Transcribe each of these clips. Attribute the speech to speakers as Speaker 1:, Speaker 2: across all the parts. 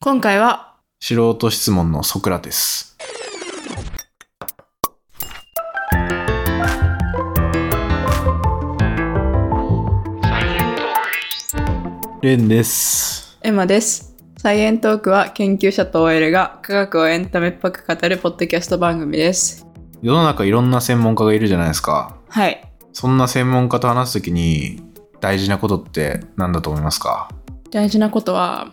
Speaker 1: 今回は、
Speaker 2: 素人質問のソクラテス。レンです。
Speaker 1: エマです。サイエントークは研究者と OL が科学をエンタメっぽく語るポッドキャスト番組です。
Speaker 2: 世の中いろんな専門家がいるじゃないですか。
Speaker 1: はい。
Speaker 2: そんな専門家と話すときに大事なことって何だと思いますか
Speaker 1: 大事なことは、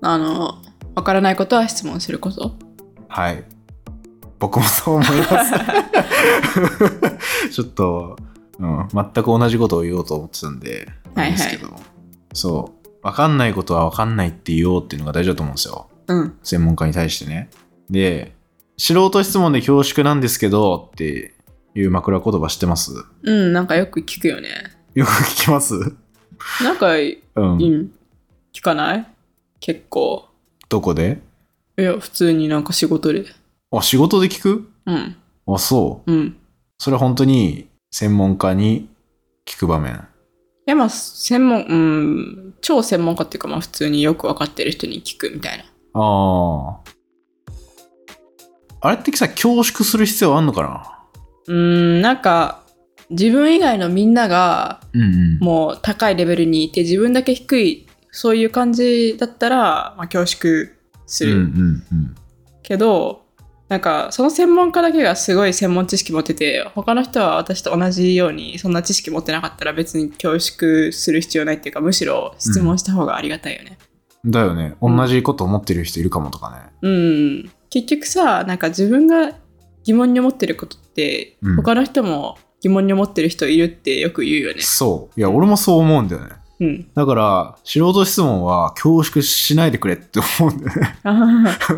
Speaker 1: あの、わからないことは質問すること。
Speaker 2: はい。僕もそう思い ます。ちょっと、うん、全く同じことを言おうと思ってたんで、
Speaker 1: はいはい
Speaker 2: なんですけど、そう、わかんないことはわかんないって言おうっていうのが大事だと思うんですよ。
Speaker 1: うん。
Speaker 2: 専門家に対してね。で、素人質問で恐縮なんですけどっていう枕言葉知ってます
Speaker 1: うん、なんかよく聞くよね。
Speaker 2: よく聞きます
Speaker 1: なんか、うん、
Speaker 2: うん。
Speaker 1: 聞かない結構。
Speaker 2: どこで
Speaker 1: いや、普通になんか仕事で。
Speaker 2: あ、仕事で聞く
Speaker 1: うん。
Speaker 2: あ、そう。
Speaker 1: うん。
Speaker 2: それは本当に専門家に聞く場面。
Speaker 1: え、まあ、専門、うん、超専門家っていうか、まあ、普通によくわかってる人に聞くみたいな。
Speaker 2: ああ。あれってさ、恐縮する必要あんのかな
Speaker 1: うーん、なんか、自分以外のみんなが、
Speaker 2: うんうん。
Speaker 1: もう高いレベルにいて、自分だけ低い、そういう感じだったら、まあ、恐縮す
Speaker 2: うん
Speaker 1: る。
Speaker 2: うんうん。
Speaker 1: けど、なんか、その専門家だけがすごい専門知識持ってて、他の人は私と同じように、そんな知識持ってなかったら別に恐縮する必要ないっていうか、むしろ質問した方がありがたいよね。
Speaker 2: だよね。
Speaker 1: うん
Speaker 2: 同じこと思ってる人いるかもとか
Speaker 1: う
Speaker 2: ね。
Speaker 1: ん、結局さなんか自分が疑問に思ってることって、
Speaker 2: うん
Speaker 1: 他の人も疑問に思ってる人いるってよく言うよね。
Speaker 2: そう。いや、俺もそう思うんだよね。
Speaker 1: うん、
Speaker 2: だから、素人質問は恐縮しないでくれって思うんだよね。
Speaker 1: あー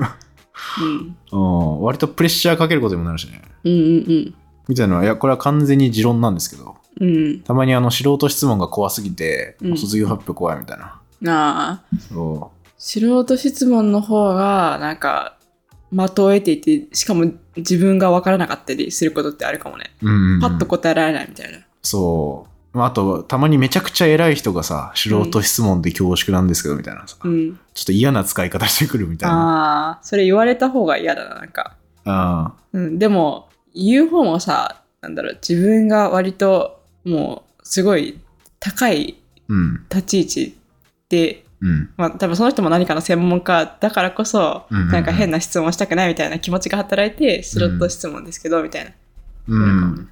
Speaker 1: うん
Speaker 2: うん。割とプレッシャーかけることにもなるしね。
Speaker 1: うんうん
Speaker 2: みたいなのは、いや、これは完全に持論なんですけど。
Speaker 1: うんうん
Speaker 2: たまにあの、素人質問が怖すぎて、
Speaker 1: うん
Speaker 2: 卒業発表怖いみたいな。
Speaker 1: なあ
Speaker 2: そ
Speaker 1: 素人質問の方がなんか的を得ていてしかも自分が分からなかったりすることってあるかもね。
Speaker 2: う。うん、うん。
Speaker 1: パッと答えられないみたいな。
Speaker 2: そう。まああと、たまにめちゃくちゃ偉い人がさ、素人質問で恐縮なんですけど、みたいなさ、
Speaker 1: う
Speaker 2: ちょ
Speaker 1: ん、
Speaker 2: っと嫌な使い方してくるみたいな。
Speaker 1: ああそれ言われた方が嫌だななんか。
Speaker 2: あ
Speaker 1: うん、でも言う方もさなんだろう自分が割ともうすごい高い
Speaker 2: うん、
Speaker 1: 立ち位置で、
Speaker 2: うん、
Speaker 1: まあ、多分その人も何かの専門家だからこそ、
Speaker 2: うんうんうん
Speaker 1: なんか変な質問したくないみたいな気持ちが働いてスロット質問ですけど、みたいな。
Speaker 2: うん。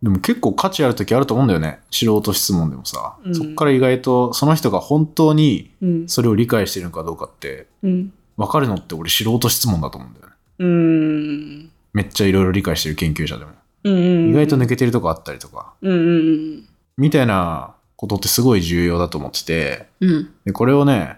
Speaker 2: でも結構価値ある時あると思うんだよね。素人質問でもさ。
Speaker 1: うん
Speaker 2: そっから意外と、その人が本当に
Speaker 1: うん
Speaker 2: それを理解してるのかどうかって、
Speaker 1: うん
Speaker 2: 分かるのって俺素人質問だと思うんだよね。
Speaker 1: うん
Speaker 2: めっちゃいろいろ理解してる研究者でも。
Speaker 1: うん
Speaker 2: 意外と
Speaker 1: ね
Speaker 2: 抜けてるとこあったりとか、
Speaker 1: うんうん
Speaker 2: みたいなことってすごい重要だと思ってて、
Speaker 1: うんうん
Speaker 2: で、これをね、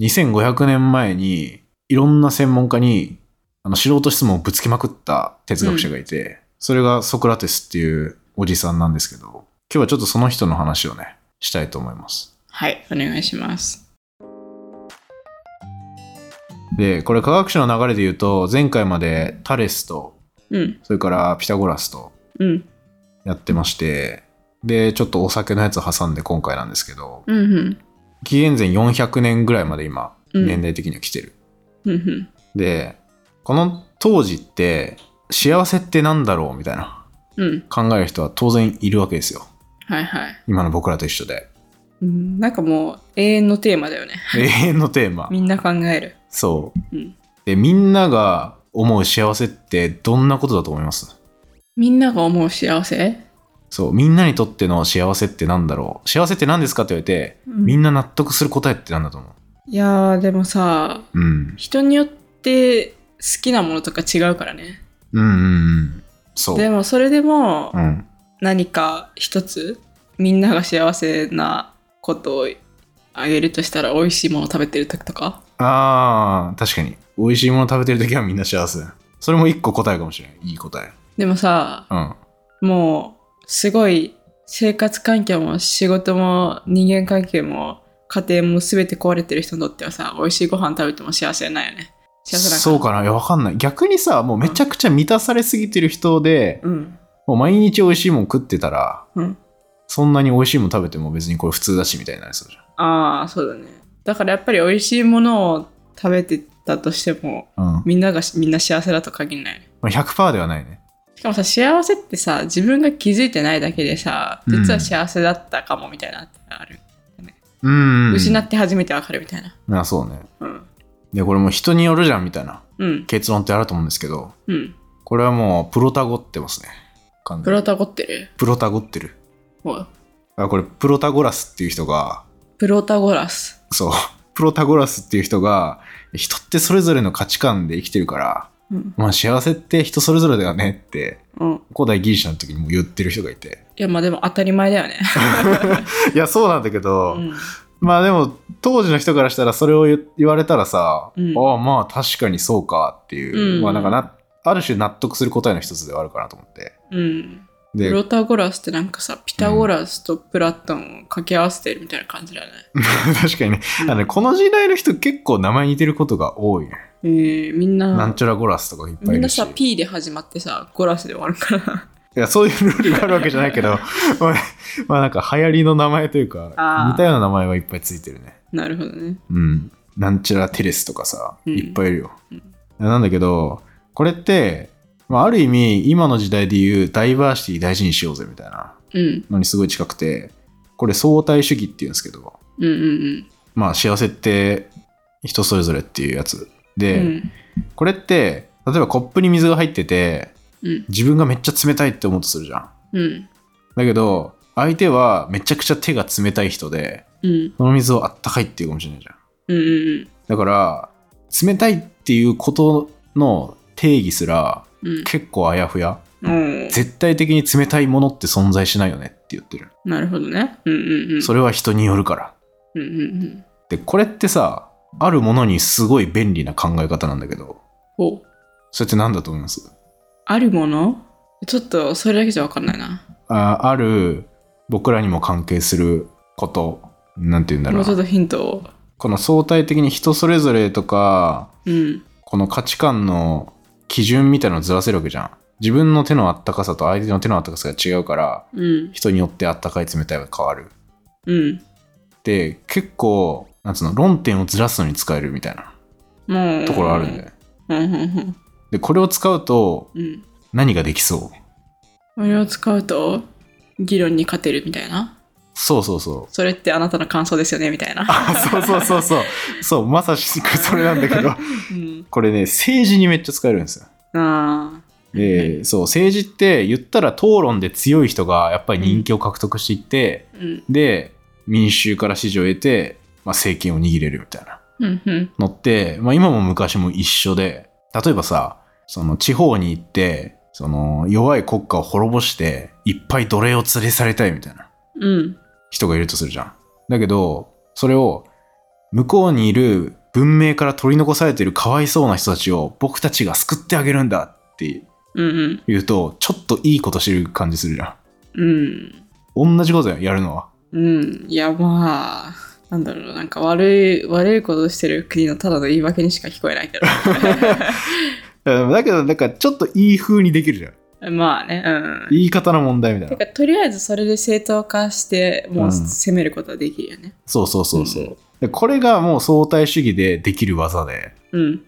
Speaker 2: 2500年前に、いろんな専門家に、あの、素人質問をぶつけまくった哲学者がいて、それがソクラテスっていうおじさんなんですけど、今日はちょっとその人の話をね、したいと思います。
Speaker 1: はいお願いします
Speaker 2: で、これ科学者の流れで言うと、前回までタレスと、
Speaker 1: うん
Speaker 2: それからピタゴラスと
Speaker 1: うん
Speaker 2: やってまして、で、ちょっとお酒のやつ挟んで今回なんですけど、
Speaker 1: うんうん
Speaker 2: 紀元前400年ぐらいまで今、
Speaker 1: うん
Speaker 2: 年代的には来てる。
Speaker 1: うんうん
Speaker 2: でこの当時って幸せってなんだろうみたいな
Speaker 1: うん
Speaker 2: 考える人は当然いるわけですよ
Speaker 1: はいはい、
Speaker 2: 今の僕らと一緒で
Speaker 1: うん、なんかもう永遠のテーマだよね
Speaker 2: 永遠のテーマ
Speaker 1: みんな考える
Speaker 2: そう
Speaker 1: うん
Speaker 2: でみんなが思う幸せってどんなことだと思います
Speaker 1: みんなが思う幸せ
Speaker 2: そうみんなにとっての幸せってなんだろう幸せって何ですかって言われて、
Speaker 1: うん
Speaker 2: みんな納得する答えってなんだと思
Speaker 1: いやーでもさ
Speaker 2: う、うん、
Speaker 1: 人によって好きなものとか違うからね
Speaker 2: うんうんうんそう
Speaker 1: でもそれでも
Speaker 2: うん
Speaker 1: 何か一つみんなが幸せなことをあげるとしたら美味しいもの食べてる時とか
Speaker 2: あー確かに美味しいもの食べてる時はみんな幸せそれも一個答えかもしれないいい答え
Speaker 1: でもさ
Speaker 2: うん
Speaker 1: もうすごい生活環境も仕事も人間関係も家庭も全て壊れてる人にとってはさ美味しいご飯食べても幸せないよね幸せだ
Speaker 2: そうかないやわかんない逆にさもうめちゃくちゃ満たされすぎてる人で、
Speaker 1: うん
Speaker 2: もう毎日美味しいもん食ってたら
Speaker 1: うん
Speaker 2: そんなに美味しいもん食べても別にこれ普通だしみたいになりそうじゃん
Speaker 1: ああそうだねだからやっぱり美味しいものを食べてたとしても
Speaker 2: うん。ま
Speaker 1: みんながしみんな幸せだと限らない
Speaker 2: あ、100%ではないね。
Speaker 1: しかもさ幸せってさ自分が気づいてないだけでさ
Speaker 2: うん
Speaker 1: 実は幸せだったかもみたいなのってある、
Speaker 2: うん、うん。
Speaker 1: 失って初めてわかるみたいな
Speaker 2: あそうね。
Speaker 1: うん
Speaker 2: で、これもう人によるじゃんみたいな
Speaker 1: うん
Speaker 2: 結論ってあると思うんですけど、
Speaker 1: うん
Speaker 2: これはもうプロタゴってますね。完全に
Speaker 1: プロタゴってる
Speaker 2: プロタゴってる。
Speaker 1: もう
Speaker 2: あこれ、プロタゴラスっていう人が、
Speaker 1: プロタゴラス
Speaker 2: そう、 プロタゴラスっていう人が、人ってそれぞれの価値観で生きてるから、
Speaker 1: うん
Speaker 2: まあ幸せって人それぞれだよねって、
Speaker 1: うん
Speaker 2: 古代ギリシャの時にも言ってる人がいて。
Speaker 1: いやまあでも当たり前だよね、
Speaker 2: いや、そうなんだけど、
Speaker 1: うん、
Speaker 2: まあでも、当時の人からしたらそれを言言われたらさ、
Speaker 1: うん
Speaker 2: ああまあ確かにそうかっていう、
Speaker 1: うん
Speaker 2: まあなんかな、ある種納得する答えの一つではあるかなと思って。
Speaker 1: うん、
Speaker 2: で、
Speaker 1: プロタゴラスってなんかさピタゴラスとプラトンを掛け合わせてるみたいな感じだね、
Speaker 2: 確かにね、
Speaker 1: うん
Speaker 2: あのねこの時代の人結構名前似てることが多いね。
Speaker 1: えーみんな
Speaker 2: なんちゃらゴラスとかいっぱ
Speaker 1: み
Speaker 2: いい
Speaker 1: んな
Speaker 2: るし。
Speaker 1: さ P で始まってさゴラスで終わるから
Speaker 2: いや、そういうルールがあるわけじゃないけど、 まあまあなんか流行りの名前というか
Speaker 1: あ、ー
Speaker 2: 似たような名前はいっぱいついてるね。
Speaker 1: なるほどね
Speaker 2: うん。なんちゃらテレスとかさ、
Speaker 1: うん
Speaker 2: いっぱいいるよ。
Speaker 1: うん
Speaker 2: なんだけど、これって、まあ、ある意味、今の時代で言うダイバーシティ大事にしようぜみたいな
Speaker 1: うん
Speaker 2: のにすごい近くて、これ相対主義って言うんですけど、
Speaker 1: うんうん
Speaker 2: まあ幸せって人それぞれっていうやつ。
Speaker 1: うん
Speaker 2: で、
Speaker 1: うん
Speaker 2: これって、例えばコップに水が入ってて、
Speaker 1: うん
Speaker 2: 自分がめっちゃ冷たいって思うとするじゃん。
Speaker 1: うん
Speaker 2: だけど、相手はめちゃくちゃ手が冷たい人で、
Speaker 1: うん
Speaker 2: その水をあったかいっていうかもしれないじゃん。
Speaker 1: うんうん
Speaker 2: だから、冷たいっていうことの定義すら
Speaker 1: うん
Speaker 2: 結構あやふや。
Speaker 1: うんおー
Speaker 2: 絶対的に冷たいものって存在しないよねって言ってる。
Speaker 1: なるほどねうんうんうん
Speaker 2: それは人によるから。
Speaker 1: うんうんうん
Speaker 2: で、これってさ、あるものにすごい便利な考え方なんだけど、
Speaker 1: お
Speaker 2: それって何だと思います
Speaker 1: あるものちょっとそれだけじゃ分かんないな
Speaker 2: あある僕らにも関係すること、なんて言うんだろ
Speaker 1: もう
Speaker 2: う
Speaker 1: ちょっ
Speaker 2: な。
Speaker 1: とヒントを
Speaker 2: この相対的に人それぞれとか、
Speaker 1: うん
Speaker 2: この価値観の基準みたいなのをずらせるわけじゃん。自分の手のあったかさと相手の手のあったかさが違うから、
Speaker 1: うん
Speaker 2: 人によってあったかい冷たいは変わる。
Speaker 1: うん
Speaker 2: で、結構、なんつうの、論点をずらすのに使えるみたいな
Speaker 1: もう
Speaker 2: ところあるんだよね。
Speaker 1: うんうんうん
Speaker 2: で、これを使うと
Speaker 1: うん
Speaker 2: 何ができそう
Speaker 1: これを使うと議論に勝てるみたいな
Speaker 2: そうそうそう。
Speaker 1: それってあなたの感想ですよねみたいな、
Speaker 2: あそうそうそうそう。 そう、まさしくそれなんだけど、
Speaker 1: うん、
Speaker 2: これね、政治にめっちゃ使えるんですよ。
Speaker 1: あー
Speaker 2: で、そう、政治って言ったら討論で強い人がやっぱり人気を獲得していって、
Speaker 1: うん
Speaker 2: で民衆から支持を得て、まあ、政権を握れるみたいな
Speaker 1: うんうん
Speaker 2: のって、まあ、今も昔も一緒で例えばさその地方に行ってその弱い国家を滅ぼしていっぱい奴隷を連れ去りたいみたいな
Speaker 1: うん
Speaker 2: 人がいるとするじゃん。だけどそれを向こうにいる文明から取り残されているかわいそうな人たちを僕たちが救ってあげるんだって
Speaker 1: うんうん
Speaker 2: 言うとちょっといいことしてる感じするじゃん。
Speaker 1: うん
Speaker 2: 同じことややるのは。
Speaker 1: うん、いやまあ、なんだろう、なんか悪い、悪いことしてる国のただの言い訳にしか聞こえないけ
Speaker 2: だけどなんかちょっといい風にできるじゃん。
Speaker 1: ど。まあね、うん。
Speaker 2: 言い方の問題みたい
Speaker 1: て
Speaker 2: な。
Speaker 1: か、とりあえずそれで正当化して、もう
Speaker 2: うん
Speaker 1: 攻めることはできるよね。
Speaker 2: そうそうそうそう、
Speaker 1: うん
Speaker 2: で。これがもう相対主義でできる技で、
Speaker 1: うん。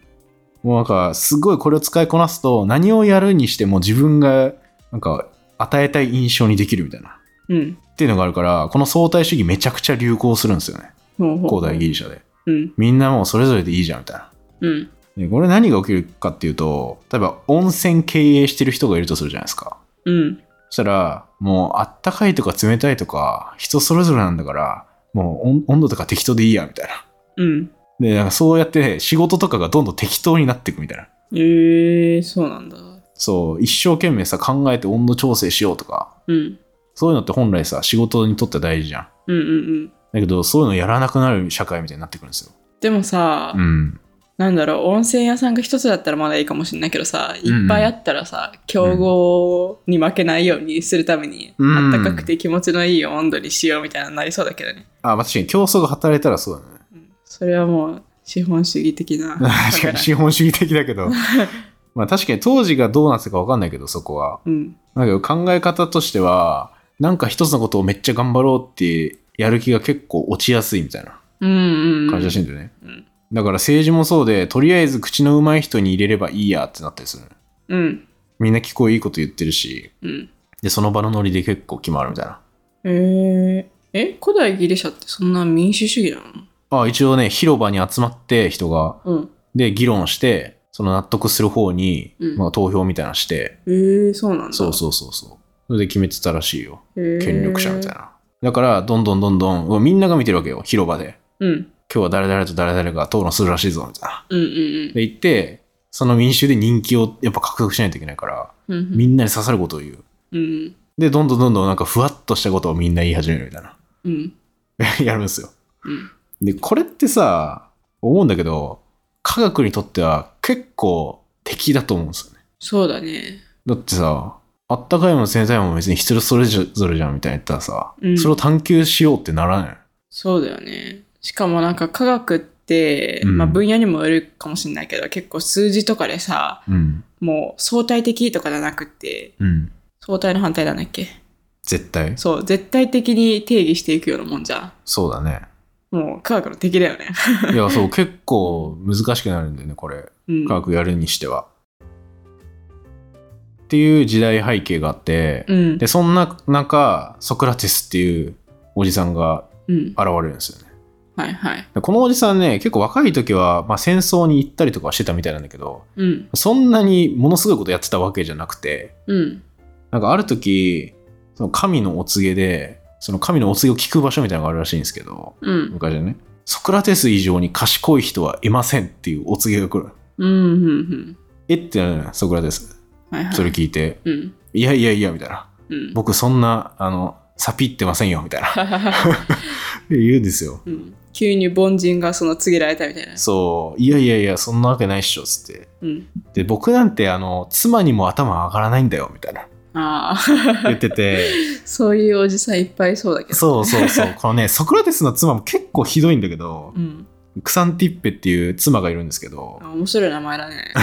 Speaker 2: もうなんかすごいこれを使いこなすと何をやるにしても自分がなんか与えたい印象にできるみたいな。
Speaker 1: うん。
Speaker 2: っていうのがあるから、この相対主義めちゃくちゃ流行するんですよね。
Speaker 1: ほうほう
Speaker 2: 古代ギリシャで。
Speaker 1: うん。
Speaker 2: みんなもうそれぞれでいいじゃんみたい
Speaker 1: う
Speaker 2: な。
Speaker 1: ん。
Speaker 2: でこれ何が起きるかっていうと、例えば温泉経営してる人がいるとするじゃないですか。
Speaker 1: うん。
Speaker 2: そしたら、もうあったかいとか冷たいとか人それぞれなんだから、もう温温度とか適当でいいやみたいな。
Speaker 1: うん。
Speaker 2: で、なんかそうやって仕事とかがどんどん適当になっていくみたいな。
Speaker 1: えー、そうなんだ。
Speaker 2: そう、一生懸命さ、考えて温度調整しようとか、
Speaker 1: うん。
Speaker 2: そういうのって本来さ、仕事にとっては大事じゃん。
Speaker 1: うんうんうん。
Speaker 2: だけど、そういうのやらなくなる社会みたいになってくるんですよ。
Speaker 1: でもさ、
Speaker 2: うん。
Speaker 1: なんだろう、温泉屋さんが一つだったらまだいいかもしれないけどさ、
Speaker 2: んうん
Speaker 1: いっぱいあったらさ、競合に負けないようにするために、
Speaker 2: うん
Speaker 1: あったかくて気持ちのいい温度にしようみたいなのなりそうだけどね。
Speaker 2: あ、まあ確かに競争が働いたらそうだね。
Speaker 1: うんそれはもう資本主義的な。
Speaker 2: 確かに資本主義的だけ ど。まあ確かに当時がどうなってたかわかんないけど、そこは。
Speaker 1: うん。
Speaker 2: だけど考え方としては、なんか一つのことをめっちゃ頑張ろうってやる気が結構落ちやすいみたいな
Speaker 1: うんうんうん。
Speaker 2: 感じらしいんだよね。
Speaker 1: うん
Speaker 2: だから政治もそうで、とりあえず口の上手い人に入れればいいやってなったりする。
Speaker 1: うん。
Speaker 2: みんな聞こえいいこと言ってるし、
Speaker 1: うん。
Speaker 2: で、その場のノリで結構決まるみたいな。
Speaker 1: えー、え、古代ギリシャってそんな民主主義なの
Speaker 2: あ一応ね、広場に集まって人が、
Speaker 1: うん。
Speaker 2: で、議論して、その納得する方に、
Speaker 1: うん
Speaker 2: まあ投票みたいなのして、
Speaker 1: えー、そうなんだ。
Speaker 2: そうそうそうそう。それで決めてたらしいよ。
Speaker 1: へー
Speaker 2: 権力者みたいな。だから、どんどんどんどん、うわみんなが見てるわけよ、広場で。
Speaker 1: うん。
Speaker 2: 今日は誰々と誰々が討論するらしいぞ、みたいな。
Speaker 1: うんうん
Speaker 2: で、行って、その民衆で人気をやっぱ獲得しないといけないから、
Speaker 1: うん。うん
Speaker 2: みんなに刺さることを言う。
Speaker 1: うん。
Speaker 2: で、どんどんどんどんなんかふわっとしたことをみんな言い始めるみたいな。
Speaker 1: うん。
Speaker 2: やるんですよ。
Speaker 1: うん。
Speaker 2: で、これってさ、思うんだけど、科学にとっては結構敵だと思うんですよね。
Speaker 1: そうだね。
Speaker 2: だってさ、あったかいも冷たいも別に人それぞれじゃんみたいな言ったらさ、
Speaker 1: うん
Speaker 2: それを探求しようってならない。
Speaker 1: そうだよね。しかもなんか科学って、
Speaker 2: うん
Speaker 1: まあ分野にもよるかもしれないけど、結構数字とかでさ、
Speaker 2: うん。
Speaker 1: もう相対的とかじゃなくって、
Speaker 2: うん。
Speaker 1: 相対の反対なんだっけ
Speaker 2: 絶対。
Speaker 1: そう、絶対的に定義していくようなもんじゃ
Speaker 2: そうだ ね。
Speaker 1: ん。もう科学の敵だよね。
Speaker 2: いや、そう、結構難しくなるんだよね、これ。
Speaker 1: うん。
Speaker 2: 科学やるにしては。っていう時代背景があって、
Speaker 1: うん
Speaker 2: で、。そんな中、ソクラテスっていうおじさんが
Speaker 1: うん。
Speaker 2: 現れるんですよね。
Speaker 1: はいはい。
Speaker 2: でこのおじさんね結構若い時は、まあ、戦争に行ったりとかはしてたみたいなんだけど
Speaker 1: うん。
Speaker 2: そんなにものすごいことやってたわけじゃなくて
Speaker 1: うん。
Speaker 2: なんかある時その神のお告げでその神のお告げを聞く場所みたいなのがあるらしいんですけど
Speaker 1: うん。
Speaker 2: 昔はねソクラテス以上に賢い人はいませんっていうお告げが来る
Speaker 1: うん。うん。うん。
Speaker 2: えってなるのよソクラテス
Speaker 1: はいはい。
Speaker 2: それ聞いて
Speaker 1: うん。
Speaker 2: いやいやいやみたいな
Speaker 1: うん。
Speaker 2: 僕そんなあのサピってませんよみたいな 言うんですよ
Speaker 1: うん急に凡人がその告げられたみたいな。
Speaker 2: そういやいやいやそんなわけないっしょっつって
Speaker 1: うん。
Speaker 2: で僕なんてあの妻にも頭上がらないんだよみたい な
Speaker 1: ああ、
Speaker 2: 言ってて
Speaker 1: そういうおじさんいっぱいいそうだけど。
Speaker 2: そうそうそうこのねソクラテスの妻も結構ひどいんだけど
Speaker 1: うん。
Speaker 2: クサンティッペっていう妻がいるんですけど
Speaker 1: あ面白い名前だ ね。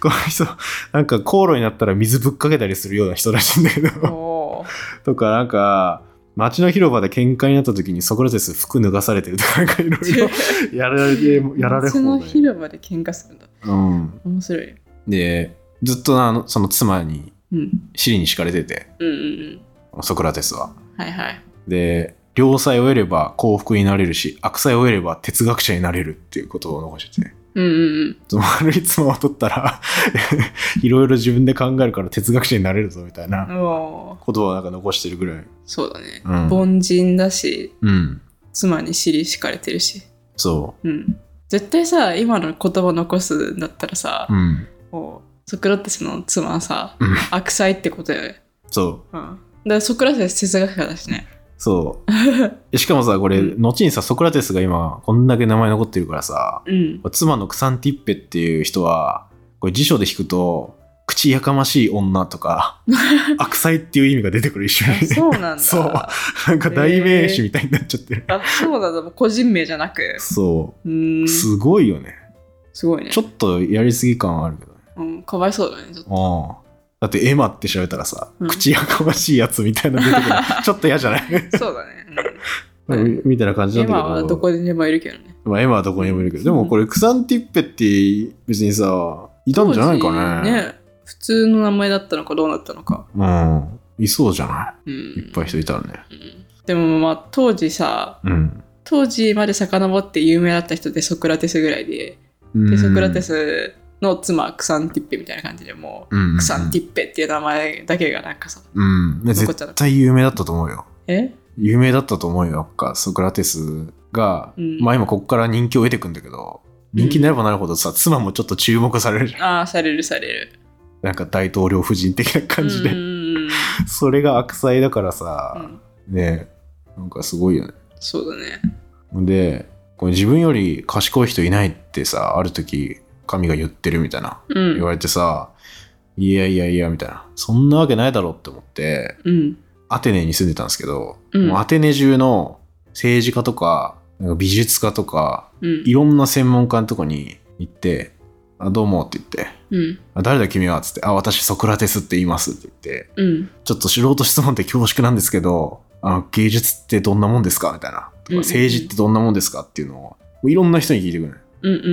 Speaker 2: この人なんか口論になったら水ぶっかけたりするような人らしいんだけ
Speaker 1: お
Speaker 2: ど
Speaker 1: おー。
Speaker 2: とかなんか街の広場で喧嘩になった時にソクラテス服脱がされてるとかなんか いろいろやられてやられ
Speaker 1: 夏
Speaker 2: 放
Speaker 1: の
Speaker 2: 題、
Speaker 1: 広場で喧嘩するんだ。
Speaker 2: うん、
Speaker 1: 面白い。
Speaker 2: でずっとあのその妻に
Speaker 1: うん。
Speaker 2: 尻に敷かれてて
Speaker 1: うんうん
Speaker 2: ソクラテスは
Speaker 1: うん。はいはい。
Speaker 2: で良妻を得れば幸福になれるし悪妻を得れば哲学者になれるっていうことを残してて
Speaker 1: うんうんうん。
Speaker 2: その悪い妻を取ったら いろいろ自分で考えるから哲学者になれるぞみたいな
Speaker 1: おー
Speaker 2: ことをなんか残してるぐらい
Speaker 1: そうだね、
Speaker 2: うん、
Speaker 1: 凡人だし
Speaker 2: うん、
Speaker 1: 妻に尻敷かれてるし
Speaker 2: そ
Speaker 1: うん絶対さ今の言葉残すんだったらさ
Speaker 2: う、、うん、
Speaker 1: こうソクラテスの妻はさ、
Speaker 2: うん
Speaker 1: 悪妻ってことだよね
Speaker 2: そう
Speaker 1: うんだからソクラテス哲学家だしね
Speaker 2: そう しかもさこれ、
Speaker 1: うん
Speaker 2: 後にさソクラテスが今こんだけ名前残ってるからさ
Speaker 1: うん
Speaker 2: 妻のクサンティッペっていう人はこれ辞書で引くと口やかましい女と か悪妻っていう意味が出てくる一緒
Speaker 1: あ
Speaker 2: に
Speaker 1: そうなんだ
Speaker 2: そう
Speaker 1: あ
Speaker 2: なんか代名詞みたいになっちゃってる。
Speaker 1: そうなんだもう個人名じゃなく
Speaker 2: そうう。
Speaker 1: んす
Speaker 2: すごいよね。
Speaker 1: ごいね
Speaker 2: ちょっとやりすぎ感はあるけどね。
Speaker 1: うん、かわいそうだねちょっと
Speaker 2: ああだってエマって調べたらさ、
Speaker 1: うん
Speaker 2: 口やかましいやつみたいなの出てくる。 ちょっと嫌じゃない
Speaker 1: そうだね、
Speaker 2: みみたいな感じなんだけど。
Speaker 1: 今はどこにでもいるけどね
Speaker 2: まあエマはどこにもいるけど。でもこれクサンティッペって別にさ、いたんじゃないかね。
Speaker 1: ね普通の名前だったのかどうなったのか、
Speaker 2: うん。いそうじゃな
Speaker 1: うん、
Speaker 2: いいっぱい人いたらね。
Speaker 1: うんでもまあ当時さ
Speaker 2: うん。
Speaker 1: 当時まで遡って有名だった人でソクラテスぐらいででソクラテスの妻クサンティッペみたいな感じでも
Speaker 2: うん、
Speaker 1: うクサンテ
Speaker 2: ィッペ。
Speaker 1: ィッペっていう名前だけがなんかさ
Speaker 2: うん。
Speaker 1: 残っちゃう
Speaker 2: 絶対有名だったと思うよ。
Speaker 1: え
Speaker 2: 有名だったと思うよやっぱソクラテスが、
Speaker 1: うん
Speaker 2: まあ今こっから人気を得てくんだけど人気になればなるほどさ、妻もちょっと注目されるじゃん
Speaker 1: ああされるされる
Speaker 2: なんか大統領夫人的な感じで、
Speaker 1: うんうんうん
Speaker 2: それが悪妻だから
Speaker 1: う
Speaker 2: さ、
Speaker 1: ん
Speaker 2: ねなんかすごいよね
Speaker 1: そうだね
Speaker 2: でこれ自分より賢い人いないってさある時神が言ってるみたいな
Speaker 1: う
Speaker 2: 言わ
Speaker 1: ん
Speaker 2: れてさ、いやいやいやみたいなそんなわけないだろうって思って
Speaker 1: うん
Speaker 2: アテネに住んでたんですけど、
Speaker 1: うん
Speaker 2: もうアテネ中の政治家とかなんか美術家とか
Speaker 1: うん
Speaker 2: いろんな専門家のとこに行って「あどうも」って言って
Speaker 1: うん
Speaker 2: 「あ誰だ君は」っつって「あ私ソクラテスって言います」って言って
Speaker 1: うん
Speaker 2: 「ちょっと素人質問って恐縮なんですけどあの芸術ってどんなもんですか?」みたいなと
Speaker 1: うん
Speaker 2: か「政治ってどんなもんですか?」っていうのをもういろんな人に聞いてくる
Speaker 1: うんうんう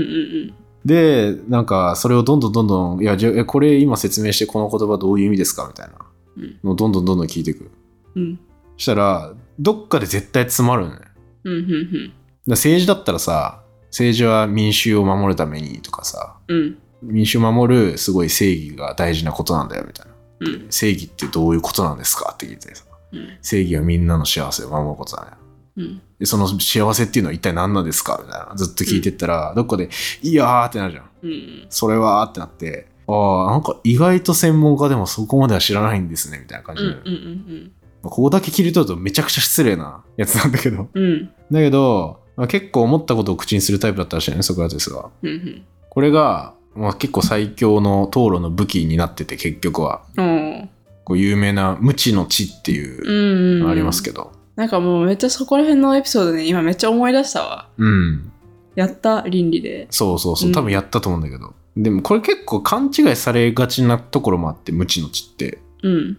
Speaker 1: ん
Speaker 2: で、なんか、それをどんどんどんどん、いや、じゃあえこれ今説明してこの言葉どういう意味ですかみたいな
Speaker 1: うん
Speaker 2: のをどんどんどんどん聞いていく。
Speaker 1: うん
Speaker 2: したら、どっかで絶対詰まるのね。だか
Speaker 1: うんうんうん
Speaker 2: ら政治だったらさ、政治は民衆を守るためにとかさ、
Speaker 1: うん
Speaker 2: 民衆を守るすごい正義が大事なことなんだよみたいな。
Speaker 1: うん
Speaker 2: 正義ってどういうことなんですかって聞いてさ、
Speaker 1: うん
Speaker 2: 正義はみんなの幸せを守ることだね。
Speaker 1: うん
Speaker 2: でその幸せっていうのは一体何なんですかみたいな。ずっと聞いてったら、どっかで、いやーってなるじゃん。
Speaker 1: うん
Speaker 2: それはーってなって、ああ、なんか意外と専門家でもそこまでは知らないんですね、みたいな感じ
Speaker 1: うん
Speaker 2: で。
Speaker 1: うんうん
Speaker 2: まあここだけ切り取るとめちゃくちゃ失礼なやつなんだけど。
Speaker 1: うんうん
Speaker 2: だけど、まあ、結構思ったことを口にするタイプだったらしいよね、ソクラテスが。
Speaker 1: うん
Speaker 2: これが、まあ、結構最強の討論の武器になってて、結局は。
Speaker 1: うんおー
Speaker 2: こう有名な無知の知っていう
Speaker 1: うんうん
Speaker 2: のありますけど。
Speaker 1: なんかもうめっちゃそこら辺のエピソードね今めっちゃ思い出したわ
Speaker 2: うん。
Speaker 1: やった倫理で
Speaker 2: そうそうそうう、
Speaker 1: ん
Speaker 2: 多分やったと思うんだけど。でもこれ結構勘違いされがちなところもあって、無知の知って。
Speaker 1: うん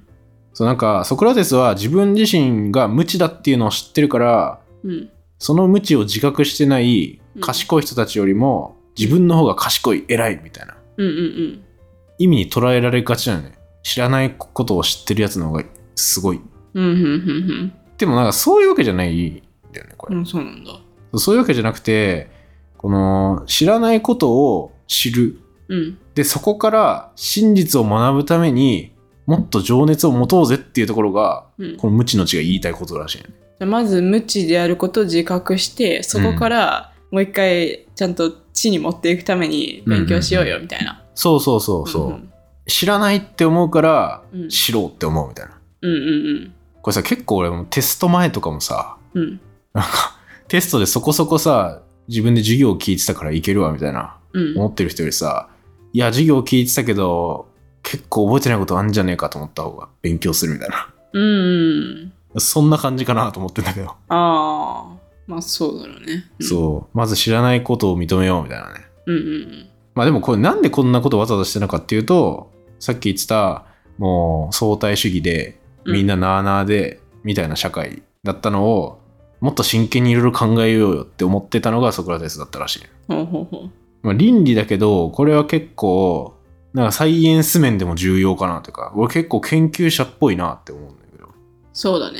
Speaker 2: そうなんか、ソクラテスは自分自身が無知だっていうのを知ってるから、
Speaker 1: うん
Speaker 2: その無知を自覚してない
Speaker 1: うん
Speaker 2: 賢い人たちよりも、自分の方が賢い、偉いみたいな
Speaker 1: うんうん
Speaker 2: 意味に捉えられがちなのね。知らないことを知ってるやつの方がすごい。
Speaker 1: うんうんうんうん
Speaker 2: でもなんかそういうわけじゃないんだよね、こ
Speaker 1: う
Speaker 2: れ。
Speaker 1: んうんそうなんだ
Speaker 2: そういうわけじゃなくて、この知らないことを知る
Speaker 1: うん
Speaker 2: でそこから真実を学ぶためにもっと情熱を持とうぜっていうところが
Speaker 1: うん
Speaker 2: この無知の知が言いたいことらしいね、
Speaker 1: まず無知であることを自覚してそこからもう一回ちゃんと知に持っていくために勉強しようよみたいな。
Speaker 2: そうそうそうそう、
Speaker 1: うん
Speaker 2: 知らないって思うから
Speaker 1: うん
Speaker 2: 知ろうって思うみたいな
Speaker 1: うん
Speaker 2: これさ結構俺もテスト前とかもさ
Speaker 1: うんうん
Speaker 2: なんかテストでそこそこさ自分で授業を聞いてたからいけるわみたいな
Speaker 1: うん
Speaker 2: 思ってる人よりさいや授業聞いてたけど結構覚えてないことあんじゃねえかと思った方が勉強するみたいな
Speaker 1: うんうん
Speaker 2: そんな感じかなと思ってんだけど
Speaker 1: ああまあそうだろうね。
Speaker 2: そう。まず知らないことを認めようみたいなね。
Speaker 1: うんうん
Speaker 2: まあでもこれなんでこんなことわざわざしてるのかっていうと、さっき言ってた、もう相対主義で、
Speaker 1: うん
Speaker 2: みんななあなあで、みたいな社会だったのを、もっと真剣にいろいろ考えようよって思ってたのがソクラテスだったらしい。
Speaker 1: うん。ほうほうほ
Speaker 2: まあ倫理だけど、これは結構、なんかサイエンス面でも重要かなというか、俺結構研究者っぽいなって思うんだけど。
Speaker 1: うそうだね。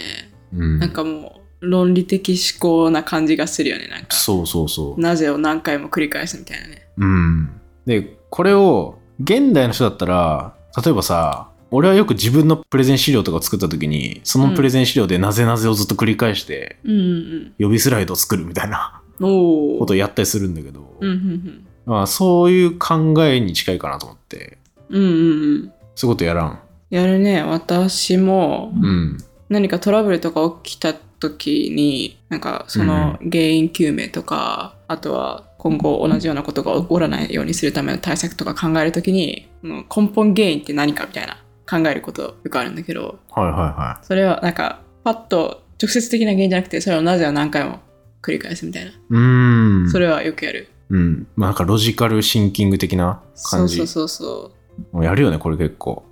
Speaker 2: うん。
Speaker 1: なんかもう論理的思考な感じがするよねなんか。
Speaker 2: そうそうそう。
Speaker 1: なぜを何回も繰り返すみたいなね。
Speaker 2: うん。で、これを現代の人だったら、例えばさ、俺はよく自分のプレゼン資料とかを作った時に、そのプレゼン資料でなぜなぜをずっと繰り返して、
Speaker 1: うんうん
Speaker 2: 予備スライドを作るみた いな
Speaker 1: うん。おお。
Speaker 2: ことをやったりするんだけど、
Speaker 1: うんうん
Speaker 2: まあ、そういう考えに近いかなと思って、
Speaker 1: うん。うんうんうん。
Speaker 2: そういうことやらん。
Speaker 1: やるね私も
Speaker 2: うん。
Speaker 1: 何かトラブルとか起きた時になんかその原因究明とか、あとは今後同じようなことが起こらないようにするための対策とか考える時にうん根本原因って何かみたいな考えることよくあるんだけど
Speaker 2: はいはいは
Speaker 1: それはなんかパッと直接的な原因じゃなくてそれをなぜを何回も繰り返すみたいな、
Speaker 2: い。うーん。
Speaker 1: それはよくやる
Speaker 2: うん。まあなんかロジカルシンキング的な
Speaker 1: そ
Speaker 2: 感
Speaker 1: う
Speaker 2: じ。
Speaker 1: そうそうそ
Speaker 2: もうやるよね、これ結構。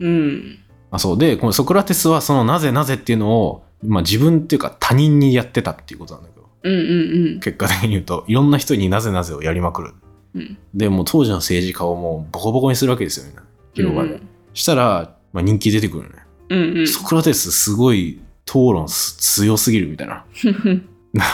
Speaker 1: ううん
Speaker 2: あそうでこのソクラテスはそのなぜなぜっていうのを、まあ、自分っていうか他人にやってたっていうことなんだけど
Speaker 1: うんうん
Speaker 2: 結果的に言うといろんな人になぜなぜをやりまくる
Speaker 1: うんうん
Speaker 2: でもう当時の政治家をもうボコボコにするわけですよみんな広場で、したら、まあ、人気出てくるよね、
Speaker 1: うんうん
Speaker 2: ソクラテスすごい討論す強すぎるみたい な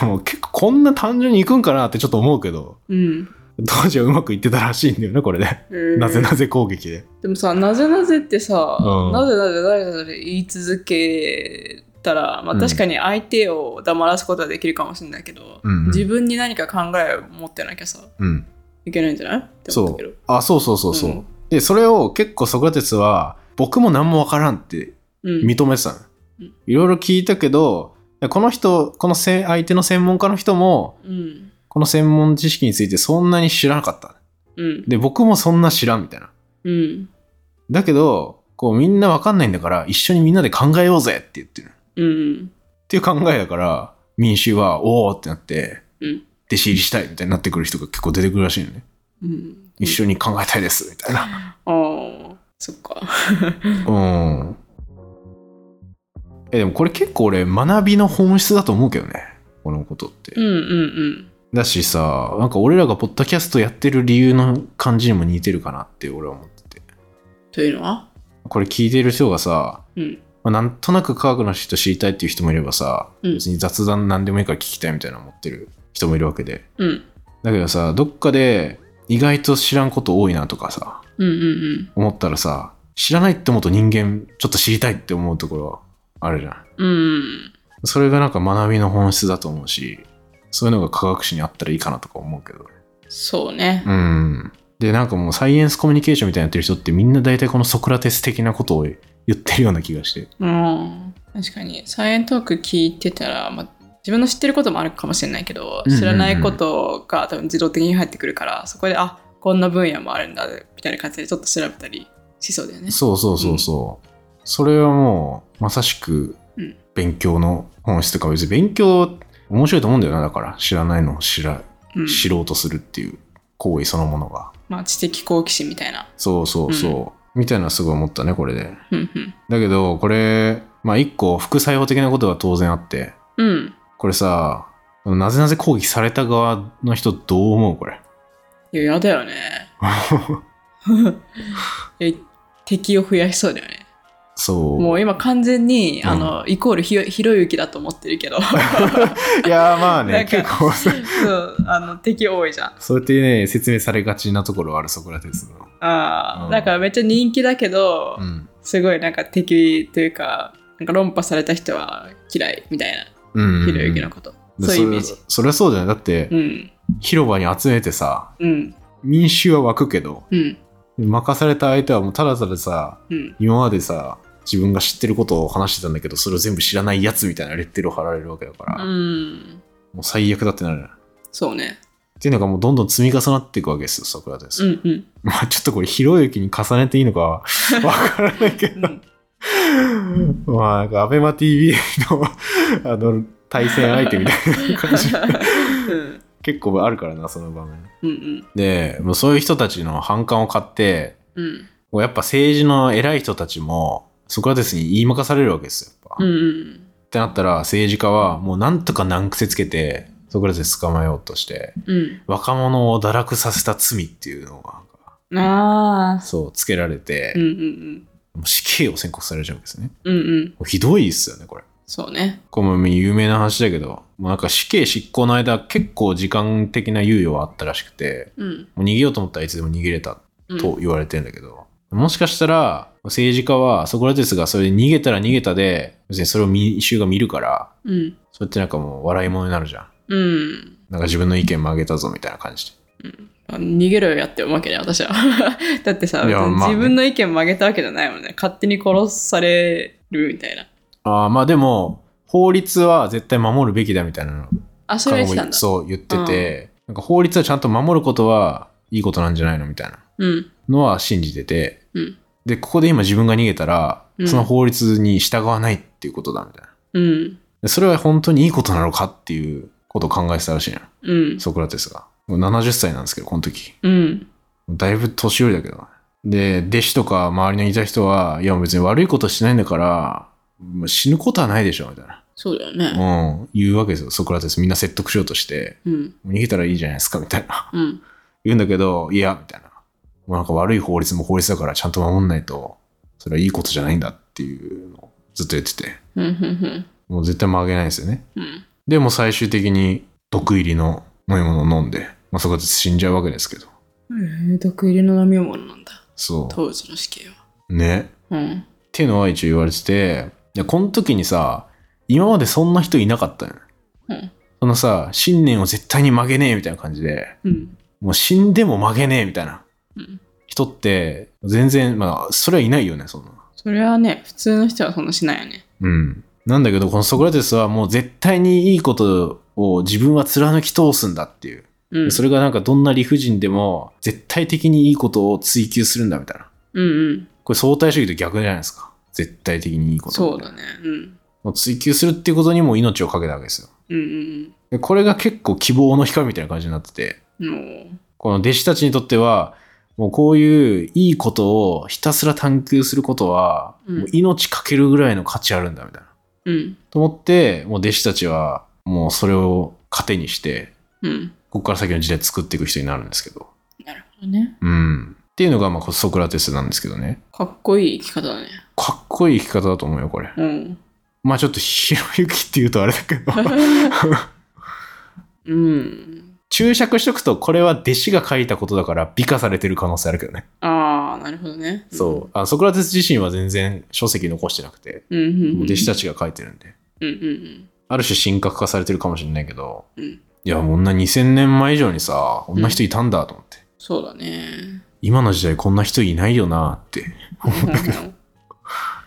Speaker 2: もう結構こんな単純にいくんかなってちょっと思うけど
Speaker 1: うん
Speaker 2: 当時はうまくいってたらしいんだよねこれで
Speaker 1: うん
Speaker 2: なぜなぜ攻撃で
Speaker 1: でもさ、なぜなぜってさ、
Speaker 2: うん
Speaker 1: なぜなぜなぜなぜ言い続けたら、まあ、
Speaker 2: うん
Speaker 1: 確かに相手を黙らすことはできるかもしれないけど、
Speaker 2: うんうん
Speaker 1: 自分に何か考えを持ってなきゃさ、
Speaker 2: うん
Speaker 1: いけないんじゃないって
Speaker 2: そ
Speaker 1: 思ったけど
Speaker 2: う。あそうそうそうそう、
Speaker 1: うん
Speaker 2: でそれを結構ソクラテスは僕も何もわからんって
Speaker 1: うん、
Speaker 2: 認めてたの
Speaker 1: うん
Speaker 2: いろいろ聞いたけどこの人このせ相手の専門家の人も
Speaker 1: うん。
Speaker 2: この専門知識についてそんなに知らなかった
Speaker 1: うん。
Speaker 2: で僕もそんな知らんみたいな
Speaker 1: うん。
Speaker 2: だけどこうみんなわかんないんだから一緒にみんなで考えようぜって言ってるっ
Speaker 1: うん。
Speaker 2: ていう考えだから民衆はおおってなって
Speaker 1: うん
Speaker 2: 弟子入りしたいみたいになってくる人が結構出てくるらしいのね
Speaker 1: うん。
Speaker 2: 一緒
Speaker 1: に。
Speaker 2: に考えたいですみたいな
Speaker 1: ああ、そっか。
Speaker 2: うんえでもこれ結構俺学びの本質だと思うけどねこのことって
Speaker 1: うんうん
Speaker 2: だしさ、なんか俺らがポッドキャストやってる理由の感じにも似てるかなって俺は思ってて。
Speaker 1: というのは
Speaker 2: これ聞いてる人がさ、
Speaker 1: うん。
Speaker 2: まあなんとなく科学の人知りたいっていう人もいればさ、
Speaker 1: うん
Speaker 2: 別に雑談なんでもいいから聞きたいみたいなの持ってる人もいるわけで。
Speaker 1: うん。
Speaker 2: だけどさ、どっかで意外と知らんこと多いなとかさ、
Speaker 1: うんうん
Speaker 2: 思ったらさ、知らないって思うと人間ちょっと知りたいって思うところあるじゃん。
Speaker 1: うん。うん。
Speaker 2: それがなんか学びの本質だと思うし、そういうのが科学史にあったらいいかなとか思うけど。
Speaker 1: そうね。
Speaker 2: うん。で、なんかもうサイエンスコミュニケーションみたいなのやってる人ってみんな大体このソクラテス的なことを言ってるような気がして。
Speaker 1: うん。確かに、サイエントーク聞いてたら、まあ、自分の知ってることもあるかもしれないけど、
Speaker 2: うんうんうん
Speaker 1: 知らないことが多分自動的に入ってくるから、そこで、あこんな分野もあるんだ、みたいな感じでちょっと調べたりしそうだよね。
Speaker 2: そうそうそうそう。それはもうまさしく
Speaker 1: うん
Speaker 2: 勉強の本質とか別に勉強面白いと思うんだよな、だから知らないのを知ら
Speaker 1: うん、
Speaker 2: 知ろうとするっていう行為そのものが。
Speaker 1: まあ、知的好奇心みたいな。
Speaker 2: そうそうそう。みたいなのはすごい思ったね、これで。
Speaker 1: うんうん。
Speaker 2: だけど、これ、まあ一個副作用的なことは当然あって、
Speaker 1: うん。
Speaker 2: これさ、なぜなぜ攻撃された側の人どう思うこれ。
Speaker 1: いや、やだよね。え敵を増やしそうだよね。
Speaker 2: そう。
Speaker 1: もう今完全に、
Speaker 2: うん
Speaker 1: あの、イコールひろひろゆきだと思ってるけど、
Speaker 2: いやーまあ
Speaker 1: な
Speaker 2: ね、
Speaker 1: んか
Speaker 2: 結構、
Speaker 1: そう、あの、敵多いじゃん。
Speaker 2: そうやってね、説明されがちなところはある、ソクラテスの。
Speaker 1: ああ、
Speaker 2: うん
Speaker 1: だからめっちゃ人気だけど、
Speaker 2: うん。
Speaker 1: すごいなんか敵というか、なんか論破された人は嫌いみたい
Speaker 2: う
Speaker 1: な、
Speaker 2: ん、うん。
Speaker 1: ひろゆきのこと。そういうイメージ
Speaker 2: それ。それはそうじゃない。だって、
Speaker 1: うん、
Speaker 2: 広場に集めてさ、
Speaker 1: うん、
Speaker 2: 民衆は湧くけど、
Speaker 1: うん、
Speaker 2: 任された相手はもうただたださ、
Speaker 1: うん。
Speaker 2: 今までさ、自分が知ってることを話してたんだけど、それを全部知らないやつみたいなレッテルを貼られるわけだから、
Speaker 1: うん、
Speaker 2: もう最悪だってなる。
Speaker 1: そうね。
Speaker 2: っていうのがもうどんどん積み重なっていくわけですよ、ソクラテス。
Speaker 1: うん、うん
Speaker 2: まあちょっとこれ、ひろゆきに重ねていいのかはわからないけど、
Speaker 1: うん。
Speaker 2: まあ、なんか、アベマ TV の、 あの、対戦相手みたいな 感じ、
Speaker 1: うん、
Speaker 2: 結構あるからな、その場面。
Speaker 1: うん、
Speaker 2: で、もうそういう人たちの反感を買って、
Speaker 1: うん、
Speaker 2: こうやっぱ政治の偉い人たちも、ソクラテスに言いまかされるわけですよ、やっぱ。
Speaker 1: うん、う
Speaker 2: っ
Speaker 1: ん、
Speaker 2: てなったら、政治家は、もうなんとか難癖つけて、ソクラテス捕まえようとして、
Speaker 1: うん。
Speaker 2: 若者を堕落させた罪っていうのが、
Speaker 1: ああ、
Speaker 2: そう、つけられて
Speaker 1: うん、、うん、
Speaker 2: もう死刑を宣告されちゃうんですね。
Speaker 1: うん、うん、うん。
Speaker 2: もうひどいっすよね、これ。
Speaker 1: そうね。
Speaker 2: これも有名な話だけど、もうなんか死刑執行の間、結構時間的な猶予はあったらしくて、
Speaker 1: うん、
Speaker 2: もう逃げようと思ったらいつでも逃げれた
Speaker 1: うん。
Speaker 2: と言われてんだけど、もしかしたら政治家はソクラテスがそれで逃げたら逃げたで、別にそれを民衆が見るから、
Speaker 1: うん、
Speaker 2: それってなんかもう笑い物になるじゃん。
Speaker 1: うん。
Speaker 2: なんか自分の意見曲げたぞみたいな感じで。
Speaker 1: あ逃げろよやって思うわけね私はだってさ、
Speaker 2: いやまあね
Speaker 1: 自分の意見曲げたわけじゃないもんね勝手に殺されるみたいな
Speaker 2: ああ、まあでも、法律は絶対守るべきだみたいなの
Speaker 1: あそれは言ってたんだ
Speaker 2: そう言ってて、なんか法律はちゃんと守ることはいいことなんじゃないのみたいな
Speaker 1: うん
Speaker 2: のは信じてて、
Speaker 1: うん
Speaker 2: で、ここで今自分が逃げたら
Speaker 1: う、ん
Speaker 2: その法律に従わないっていうことだみたいな。
Speaker 1: うん
Speaker 2: でそれは本当にいいことなのかっていうことを考えてたらしいのよ
Speaker 1: うん
Speaker 2: ソクラテスが。もう70歳なんですけど、この時。
Speaker 1: うん
Speaker 2: だいぶ年寄りだけどね。で、弟子とか周りにいた人は、いや別に悪いことしてないんだから、もう死ぬことはないでしょ、みたいな。
Speaker 1: そうだよね
Speaker 2: うん。言うわけですよ、ソクラテス。みんな説得しようとして、
Speaker 1: うん
Speaker 2: 逃げたらいいじゃないですか、みたいな。
Speaker 1: うん
Speaker 2: 言うんだけど、いや、みたいな。もうなんか悪い法律も法律だからちゃんと守んないと、それはいいことじゃないんだっていうのをずっと言ってて、
Speaker 1: うんうんうん
Speaker 2: もう絶対曲げないんですよね。
Speaker 1: うん
Speaker 2: でも最終的に毒入りの飲み物を飲んで、まあ、そこで死んじゃうわけですけど。
Speaker 1: えー、毒入りの飲み物なんだ
Speaker 2: そ
Speaker 1: 当時の死刑は
Speaker 2: う。ね。
Speaker 1: うん
Speaker 2: っていうのは一応言われてて、いや、この時にさ、今までそんな人いなかったのよ。
Speaker 1: うん
Speaker 2: そのさ、信念を絶対に曲げねえみたいな感じで、
Speaker 1: うん
Speaker 2: もう死んでも曲げねえみたいな
Speaker 1: うん
Speaker 2: 人って、全然、まあ、それはいないよね、そんな。
Speaker 1: それはね普通の人はそんなしないよね
Speaker 2: うん。なんだけど、このソクラテスはもう絶対にいいことを自分は貫き通すんだっていう。
Speaker 1: うん
Speaker 2: それがなんかどんな理不尽でも絶対的にいいことを追求するんだみたいな。
Speaker 1: うんうん
Speaker 2: これ相対主義と逆じゃないですか。絶対的にいいことを
Speaker 1: そうだねうん
Speaker 2: もう追求するっていうことにも命をかけたわけですよ。
Speaker 1: うんうん
Speaker 2: でこれが結構希望の光みたいな感じになってて、
Speaker 1: うんも
Speaker 2: この弟子たちにとっては、もうこういういいことをひたすら探求することは、
Speaker 1: うん
Speaker 2: もう命かけるぐらいの価値あるんだみたいな。
Speaker 1: ううん
Speaker 2: と思って、もう弟子たちはもうそれを糧にして、
Speaker 1: ううん。
Speaker 2: ここから先の時代作っていく人になるんですけど。
Speaker 1: なるほどね。
Speaker 2: うん。っていうのが、まあ、ソクラテスなんですけどね。
Speaker 1: かっこいい生き方だね。
Speaker 2: かっこいい生き方だと思うよ、これ。
Speaker 1: うん。
Speaker 2: まあ、ちょっと、ひろゆきって言うとあれだ けど。
Speaker 1: うん。
Speaker 2: 注釈しとくと、これは弟子が書いたことだから、美化されてる可能性あるけどね。
Speaker 1: ああ、なるほどね。
Speaker 2: そう。あのソクラテス自身は全然書籍残してなくて、
Speaker 1: うん。うん。うん。うん。
Speaker 2: 弟子たちが書いてるんで。
Speaker 1: うんうん
Speaker 2: ある種神格化されてるかもしれないけど、
Speaker 1: うん。うん。
Speaker 2: いや、もう女2000年前以上にさ、こんな人いたんだと思って。
Speaker 1: そうだね。
Speaker 2: 今の時代こんな人いないよなって。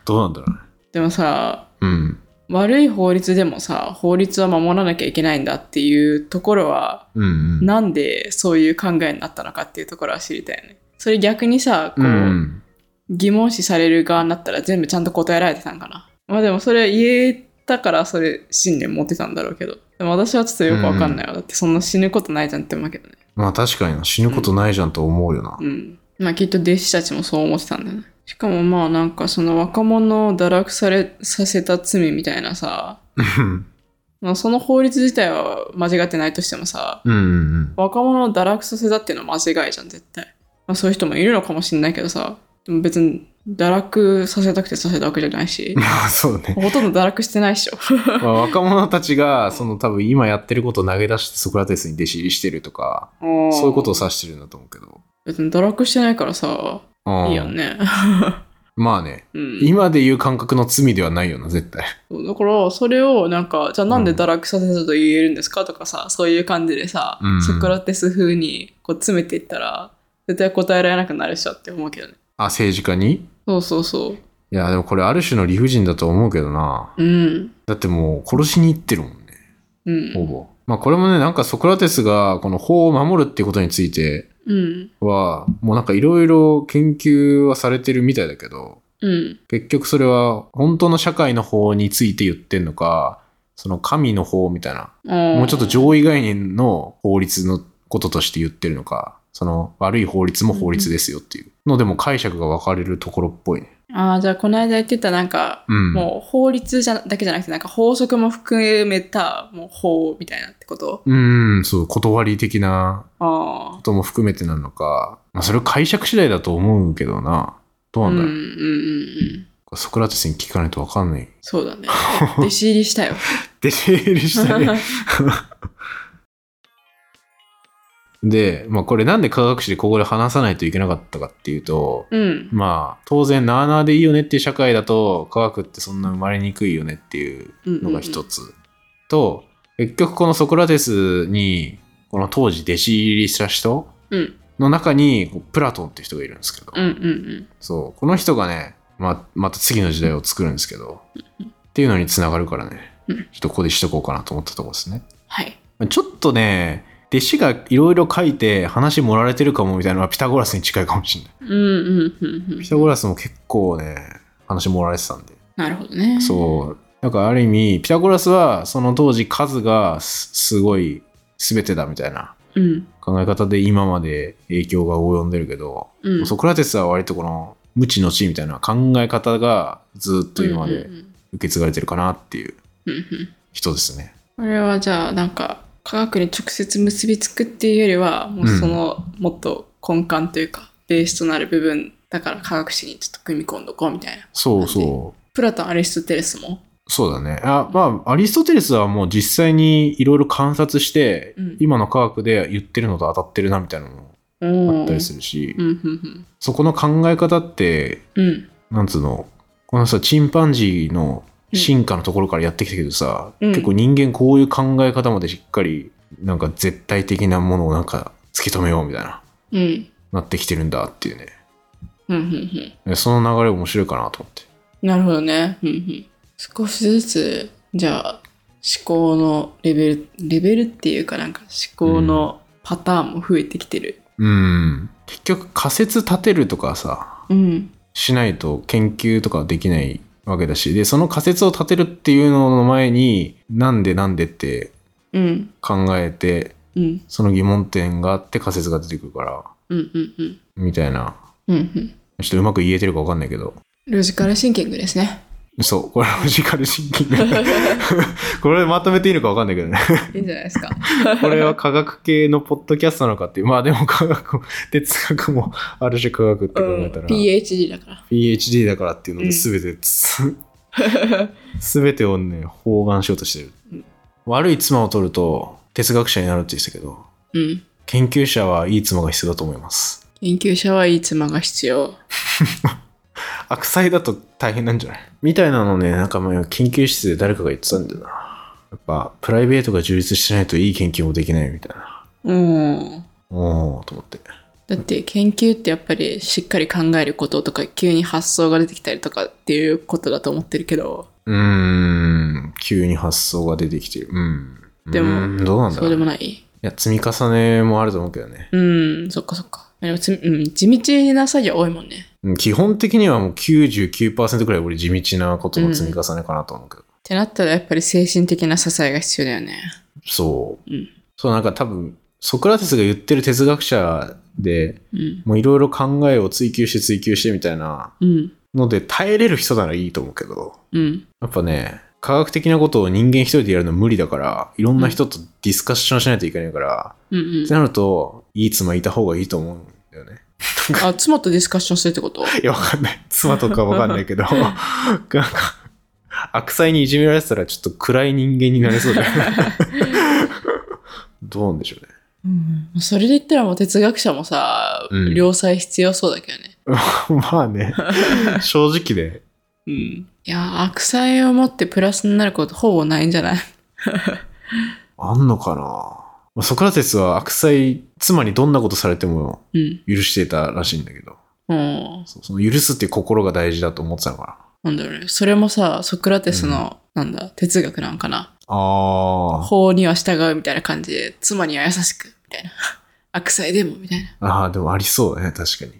Speaker 2: どうなんだろうね。
Speaker 1: でもさ、
Speaker 2: うん。
Speaker 1: 悪い法律でもさ法律は守らなきゃいけないんだっていうところは、
Speaker 2: うんうん。
Speaker 1: なんでそういう考えになったのかっていうところは知りたいよねそれ逆にさこ
Speaker 2: う
Speaker 1: う、
Speaker 2: ん。
Speaker 1: 疑問視される側になったら全部ちゃんと答えられてたんかなまあでもそれ言えたからそれ信念持ってたんだろうけどでも私はちょっとよくわかんないわ、だってそんな死ぬことないじゃんって思うけどね
Speaker 2: まあ確かにな死ぬことないじゃんと思うよな
Speaker 1: う。んまあきっと弟子たちもそう思ってたんだよねしかもまあなんかその若者を堕落されさせた罪みたいなさ
Speaker 2: うん。
Speaker 1: まあ、その法律自体は間違ってないとしてもさ
Speaker 2: うんうん
Speaker 1: 若者を堕落させたっていうのは間違いじゃん絶対、まあ、そういう人もいるのかもしれないけどさでも別に堕落させたくてさせたわけじゃない し
Speaker 2: うん。まあそうね。
Speaker 1: ほとんど堕落してないっしょ
Speaker 2: まあ若者たちが、その多分今やってることを投げ出してソクラテスに弟子入りしてるとか、 そういうことを指してるんだと思うけど。
Speaker 1: 別に堕落してないからさ
Speaker 2: うん
Speaker 1: いいよね
Speaker 2: まあね、
Speaker 1: うん
Speaker 2: 今で言う感覚の罪ではないよな、絶対。
Speaker 1: そうだからそれをなんかじゃあなんで堕落させたと言えるんですかとかさそういう感じでさ、
Speaker 2: うん
Speaker 1: ソクラテス風にこう詰めていったら絶対答えられなくなるっしょって思うけどね
Speaker 2: あ、政治家に
Speaker 1: そうそうそ
Speaker 2: いや、でもこれある種の理不尽だと思うけどな。
Speaker 1: ううん
Speaker 2: だってもう殺しに行ってるもんね、
Speaker 1: うん
Speaker 2: ほぼ。まあこれもね、なんかソクラテスがこの法を守るっていうことについて
Speaker 1: うん。
Speaker 2: は、もうなんかいろいろ研究はされてるみたいだけど、
Speaker 1: うん。
Speaker 2: 結局それは本当の社会の法について言ってんのか、その神の法みたいな、も
Speaker 1: も
Speaker 2: うちょっと上位概念の法律のこととして言ってるのか、その悪い法律も法律ですよっていうのでも解釈が分かれるところっぽいね。
Speaker 1: ああ、じゃあこの間言ってたなんか、
Speaker 2: うん。
Speaker 1: もう法律じゃだけじゃなくて、なんか法則も含めたもう法みたいなってこと
Speaker 2: うん、そう、断り的な
Speaker 1: ああ
Speaker 2: こ。とも含めてなのか、まあ、それを解釈次第だと思うけどな。どうな
Speaker 1: うんん
Speaker 2: だ
Speaker 1: うん
Speaker 2: ろ
Speaker 1: うん。
Speaker 2: う。ソクラテスに聞かないと分かんない。
Speaker 1: そうだね。 弟子入りしたよ。
Speaker 2: 弟子入りしたね。 で、まあこれなんで科学史でここで話さないといけなかったかっていうと、
Speaker 1: うん。
Speaker 2: まあ当然なあなあでいいよねっていう社会だと科学ってそんな生まれにくいよねっていうのが一
Speaker 1: つ。
Speaker 2: つ、と結局このソクラテスにこの当時弟子入りした人
Speaker 1: うん
Speaker 2: の中にこうプラトンって人がいるんですけど、
Speaker 1: うんうん
Speaker 2: そうこの人がねままた次の時代を作るんですけど、っていうのにつながるからね、
Speaker 1: うん
Speaker 2: ちょっとここでしとこうかなと思ったところですね
Speaker 1: はい。
Speaker 2: ちょっとね弟子がいろいろ書いて話盛られてるかもみたいなのはピタゴラスに近いかもしれない、
Speaker 1: うんうんうんうん
Speaker 2: ピ。タゴラスも結構ね話盛られてたんで
Speaker 1: なるほどね。
Speaker 2: そう。なんかある意味、ピタゴラスはその当時数がすすごい全てだみたいな
Speaker 1: う。うん。
Speaker 2: 考え方で今まで影響が及んでるけど、
Speaker 1: うん。
Speaker 2: ソクラテスは割とこの無知の知みたいな考え方がずっと今ま
Speaker 1: う
Speaker 2: で
Speaker 1: んうん
Speaker 2: 受け継がれてるかなっていう
Speaker 1: うんうんうん。
Speaker 2: 人ですね。
Speaker 1: これはじゃあなんか科学に直接結びつくっていうよりはもうそのもっと根幹というかベースとなる部分だから科学史にちょっと組み込んどこうみたいな
Speaker 2: そうそ
Speaker 1: プラトンアリストテレスも
Speaker 2: う。そうだね。あまあ、アリストテレスはもう実際にいろいろ観察して、
Speaker 1: うん
Speaker 2: 今の科学で言ってるのと当たってるなみたいなのもあ
Speaker 1: あ
Speaker 2: ったりす
Speaker 1: る
Speaker 2: るし、
Speaker 1: うんうん
Speaker 2: そこの考え方って
Speaker 1: うんうん
Speaker 2: なんつうのこのさチンパンジーの進化のところからやってきたけどさ、
Speaker 1: うん
Speaker 2: 結構人間こういう考え方までしっかりなんか絶対的なものをなんか突き止めようみたいな
Speaker 1: うん
Speaker 2: なってきてるんだっていうね
Speaker 1: うんうんうん
Speaker 2: でその流れ面白いかなと思って
Speaker 1: なるほどねうんうん少しずつじゃあ思考のレベルレベルっていうかなんか思考のパターンも増えてきてる
Speaker 2: うん結局仮説立てるとかさ
Speaker 1: うん
Speaker 2: しないと研究とかできないわけだしでその仮説を立てるっていうのの前になんでなんでって
Speaker 1: うん
Speaker 2: 考えて
Speaker 1: うん
Speaker 2: その疑問点があって仮説が出てくるから
Speaker 1: うんうんうん
Speaker 2: みたいな
Speaker 1: うんうん
Speaker 2: ちょっとうまく言えてるか分かんないけど。
Speaker 1: ロジカルシンキングですね
Speaker 2: そう、これロジカルシ ンキング。これまとめていいのかわかんないけどね。
Speaker 1: いいんじゃないですか。
Speaker 2: これは科学系のポッドキャストなのかっていう。まあでも科学も、 哲学もある種科学って
Speaker 1: う
Speaker 2: 考
Speaker 1: ん
Speaker 2: えたら、
Speaker 1: PhD だから。
Speaker 2: PhD だからっていうので全てつ、 全てをね、包含しようとしてる。
Speaker 1: うん
Speaker 2: 悪い妻を取ると哲学者になるって言ってたけど、
Speaker 1: うん。
Speaker 2: 研究者はいい妻が必要だと思います。
Speaker 1: 研究者はいい妻が必要。
Speaker 2: 悪妻だと大変なんじゃないみたいなのね、なんか前研究室で誰かが言ってたんだよな。やっぱ、プライベートが充実してないといい研究もできないみたいな。
Speaker 1: うん。
Speaker 2: おー、と思って。
Speaker 1: だって研究ってやっぱりしっかり考えることとか急に発想が出てきたりとかっていうことだと思ってるけど
Speaker 2: うーん、急に発想が出てきてる。うん。
Speaker 1: でも
Speaker 2: うーんどうなんだ
Speaker 1: そ
Speaker 2: ろ
Speaker 1: うで
Speaker 2: う。い
Speaker 1: もない
Speaker 2: や、積み重ねもあると思うけどね。
Speaker 1: うんそっかそっかでもつうん、地道な作業多いもんね
Speaker 2: うん基本的にはもう99%くらい俺地道なことの積み重ねかなと思うけど。
Speaker 1: ってなったらやっぱり精神的な支えが必要だよね
Speaker 2: そう。
Speaker 1: うん
Speaker 2: そう、なんか多分、ソクラテスが言ってる哲学者で、
Speaker 1: うん
Speaker 2: もういろいろ考えを追求して追求してみたいな
Speaker 1: うん
Speaker 2: ので耐えれる人ならいいと思うけど、
Speaker 1: うん
Speaker 2: やっぱね、科学的なことを人間一人でやるの無理だから、いろんな人とディスカッションしないといけないから、
Speaker 1: うんう
Speaker 2: っ
Speaker 1: ん
Speaker 2: てなると、いい妻いた方がいいと思うんだよね。
Speaker 1: あ妻とディスカッションするってこと
Speaker 2: いや、わかんない。妻とかわかんないけど、 なんか、悪妻にいじめられてたらちょっと暗い人間になれそうだよね。どうなんでしょうね。
Speaker 1: うんそれで言ったらもう哲学者もさ、
Speaker 2: うん
Speaker 1: 両妻必要そうだけどね
Speaker 2: ま あね、正直で。
Speaker 1: うんいや悪妻を持ってプラスになることほぼないんじゃない
Speaker 2: あんのかなまあソクラテスは悪妻、妻にどんなことされても
Speaker 1: うん
Speaker 2: 許してたらしいんだけど、
Speaker 1: もう
Speaker 2: そうその許すっていう心が大事だと思ってたのか
Speaker 1: な
Speaker 2: な。
Speaker 1: んだろうね。それもさ、ソクラテスの、なんだ、哲学なんかな。
Speaker 2: あ
Speaker 1: 法には従うみたいな感じで、妻には優しく、みたいな。 悪妻でも、みたいな。
Speaker 2: あ、ああ、でもありそうだね、確かに。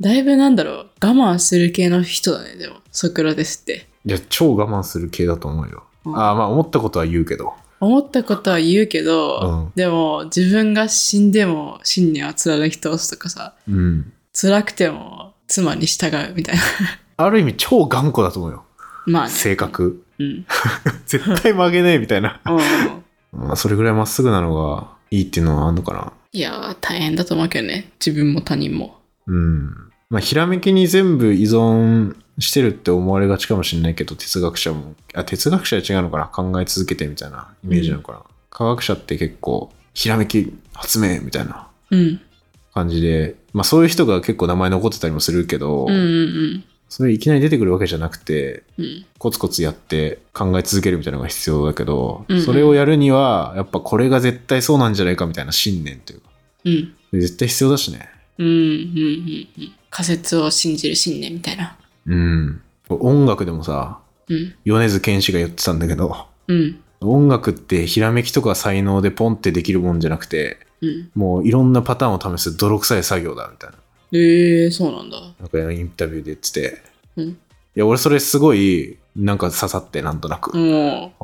Speaker 1: だいぶなんだろう、我慢する系の人だね、でも、ソクラテスって。
Speaker 2: いや、超我慢する系だと思うよ。
Speaker 1: うん
Speaker 2: ああ、まあ思ったことは言うけど。
Speaker 1: 思ったことは言うけ
Speaker 2: う
Speaker 1: ど、
Speaker 2: ん。
Speaker 1: でも、自分が死んでも、信念は貫き通すとかさ、
Speaker 2: うん。
Speaker 1: 辛くても、妻に従うみたいな。
Speaker 2: ある意味超頑固だと思うよ。
Speaker 1: まあね。
Speaker 2: 性。格。
Speaker 1: うん。
Speaker 2: 絶対曲げねえみたいな。
Speaker 1: うんうん
Speaker 2: まあそれぐらいまっすぐなのがいいっていうのはあんのかな。
Speaker 1: いやー、大変だと思うけどね。自分も他人も。
Speaker 2: うん。まあひらめきに全部依存してるって思われがちかもしれないけど、哲学者も、あ、哲学者は違うのかな考え続けてみたいなイメージなのかな。科学者って結構、ひらめき、発明みたいな
Speaker 1: うん。
Speaker 2: 感じで、まあそういう人が結構名前残ってたりもするけど、
Speaker 1: うんうん
Speaker 2: それいきなり出てくるわけじゃなくて、
Speaker 1: うん。うん。
Speaker 2: コツコツやって考え続けるみたいなのが必要だけど、
Speaker 1: うんうん
Speaker 2: それをやるにはやっぱこれが絶対そうなんじゃないかみたいな信念というか
Speaker 1: うん。
Speaker 2: 絶対必要だしね
Speaker 1: うんうんうんうん仮説を信じる信念みたいな。
Speaker 2: うん音楽でもさ
Speaker 1: うん
Speaker 2: 米津玄師が言ってたんだけど
Speaker 1: うん
Speaker 2: 音楽ってひらめきとか才能でポンってできるもんじゃなくて
Speaker 1: うん。
Speaker 2: もういろんなパターンを試す泥臭い作業だみたいな
Speaker 1: えー、そうなんだ。
Speaker 2: なんかインタビューで言ってて、
Speaker 1: うん
Speaker 2: いや俺それすごいなんか刺さってなんとなく、あ
Speaker 1: も
Speaker 2: あーと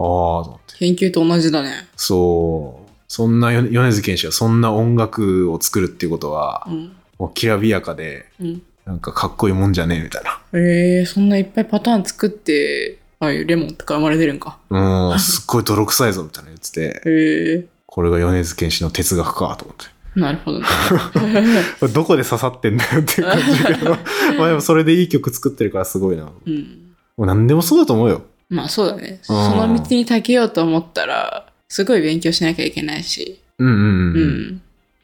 Speaker 2: 思って
Speaker 1: う研究と同じだね。
Speaker 2: そう。そんなよ米津玄師がそんな音楽を作るっていうことは
Speaker 1: う、ん
Speaker 2: もうきらびやかで、
Speaker 1: うん。
Speaker 2: なんかかっこいいもんじゃねえみたい
Speaker 1: えー、そんないっぱいパターン作って、ああいうレモンとか生まれてるんか。
Speaker 2: な。 うん、すっごい泥臭いぞみたいなやつで、
Speaker 1: えー、
Speaker 2: これが米津玄師の哲学かと思って。
Speaker 1: なるほどね。
Speaker 2: これどこで刺さってんだよっていう感じだ けど、まあでもそれでいい曲作ってるからすごいな。も
Speaker 1: うん。
Speaker 2: う何でもそうだと思うよ。
Speaker 1: まあそうだね。その道にたけようと思ったら、すごい勉強しなきゃいけないし、
Speaker 2: うん
Speaker 1: う
Speaker 2: うん
Speaker 1: ん。
Speaker 2: うん。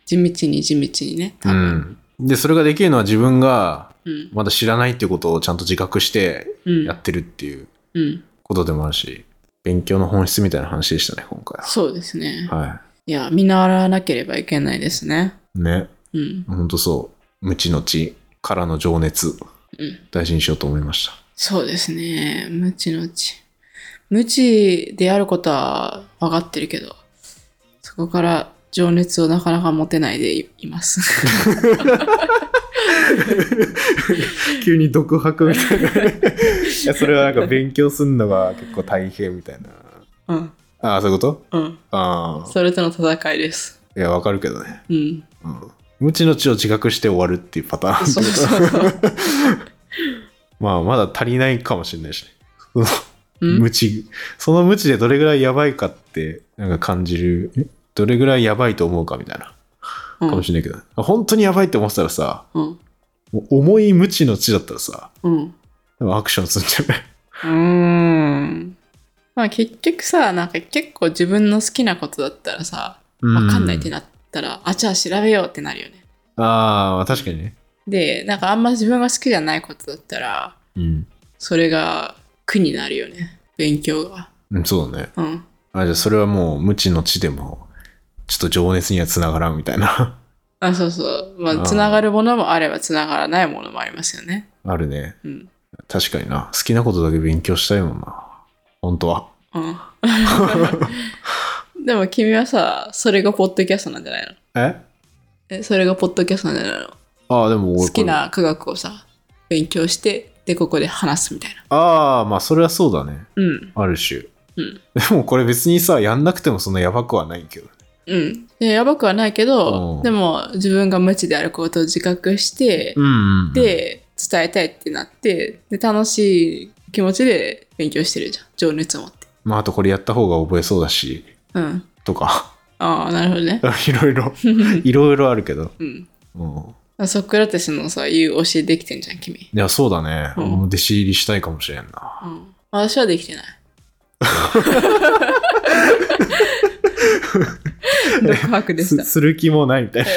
Speaker 1: 地道に地道にね。多
Speaker 2: う
Speaker 1: 分
Speaker 2: ん。で、それができるのは自分が
Speaker 1: うん。
Speaker 2: まだ知らないっていうことをちゃんと自覚して
Speaker 1: うん
Speaker 2: や。ってるっていう
Speaker 1: うん。
Speaker 2: ことでもあるし、勉強の本質みたいな話でしたね、今回は。
Speaker 1: そうですね。
Speaker 2: はい
Speaker 1: や、見習わなければいけないですね。
Speaker 2: い。ね。
Speaker 1: うん。
Speaker 2: ほんとそう。無知の知からの情熱。
Speaker 1: うん。
Speaker 2: 大事にしようと思いました。
Speaker 1: そうですね。無知の知。無知であることは分かってるけど、そこから情熱をなかなか持てないでいいます。
Speaker 2: 急に独白みたいな。 いや、それはなんか勉強するのが結構大変みたいな。
Speaker 1: うん。
Speaker 2: ああ、そういうこ
Speaker 1: う
Speaker 2: と
Speaker 1: ん。
Speaker 2: ああ。
Speaker 1: それとの戦いです。
Speaker 2: いや、わかるけどね。
Speaker 1: うん。
Speaker 2: うん。無知の知を自覚して終わるっていうパターン。
Speaker 1: そうそうそう。
Speaker 2: まあ、まだ足りないかもしれないしね。
Speaker 1: うん
Speaker 2: 無知、その無知でどれぐらいやばいかって、なんか感じる、えどれぐらいやばいと思うかみたいな、
Speaker 1: う
Speaker 2: かも
Speaker 1: ん
Speaker 2: しれないけど、本当にやばいって思ってたらさ、
Speaker 1: うん
Speaker 2: もう重い無知の知だったらさ、
Speaker 1: うん
Speaker 2: でもアクションするんじゃない
Speaker 1: うーんまあ結局さなんか結構自分の好きなことだったらさ分かんないって
Speaker 2: な。
Speaker 1: なったら、あじゃあ調べようってなるよね
Speaker 2: あーまあ、確かにね。
Speaker 1: でなんかあんま自分が好きじゃないことだったら
Speaker 2: うん。
Speaker 1: それが苦になるよね勉強が
Speaker 2: うんそうだね。
Speaker 1: うん
Speaker 2: あ、じゃあそれはもう無知の知でも、ちょっと情熱にはつながらんみたいな。
Speaker 1: あそうそうま
Speaker 2: あー
Speaker 1: あつながるものもあればつながらないものもありますよね
Speaker 2: あるね。
Speaker 1: うん
Speaker 2: 確かにな。好きなことだけ勉強したいもんな。本当は。
Speaker 1: うんでも君はさそれがポッドキャストなんじゃないの
Speaker 2: え
Speaker 1: えそれがポッドキャストなんじゃないの
Speaker 2: ああ、でも俺これ
Speaker 1: 好き。な科学をさ勉強してでここで話すみたいな
Speaker 2: ああ、まあそれはそうだね。
Speaker 1: うん
Speaker 2: ある種。
Speaker 1: うん
Speaker 2: でもこれ別にさ、やんなくてもそんなやばくはないけどね。
Speaker 1: うんでやばくはないけど、
Speaker 2: うん
Speaker 1: でも自分が無知であることを自覚して、
Speaker 2: ん、うん。、
Speaker 1: で伝えたいってなってで楽しい気持ちで勉強してるじゃん情熱を持って
Speaker 2: まああとこれやった方が覚えそうだし、
Speaker 1: うん
Speaker 2: と か。
Speaker 1: ああなるほど ね
Speaker 2: いろいろ、いろいろあるけど。
Speaker 1: うん
Speaker 2: うん。
Speaker 1: ソクラテスのさ言う教えできてんじゃん君、
Speaker 2: いや、そうだね。
Speaker 1: うん
Speaker 2: もう弟子入りしたいかもしれんな。
Speaker 1: うん、私はできて ない独白でし
Speaker 2: す
Speaker 1: た
Speaker 2: する気もないみたいな。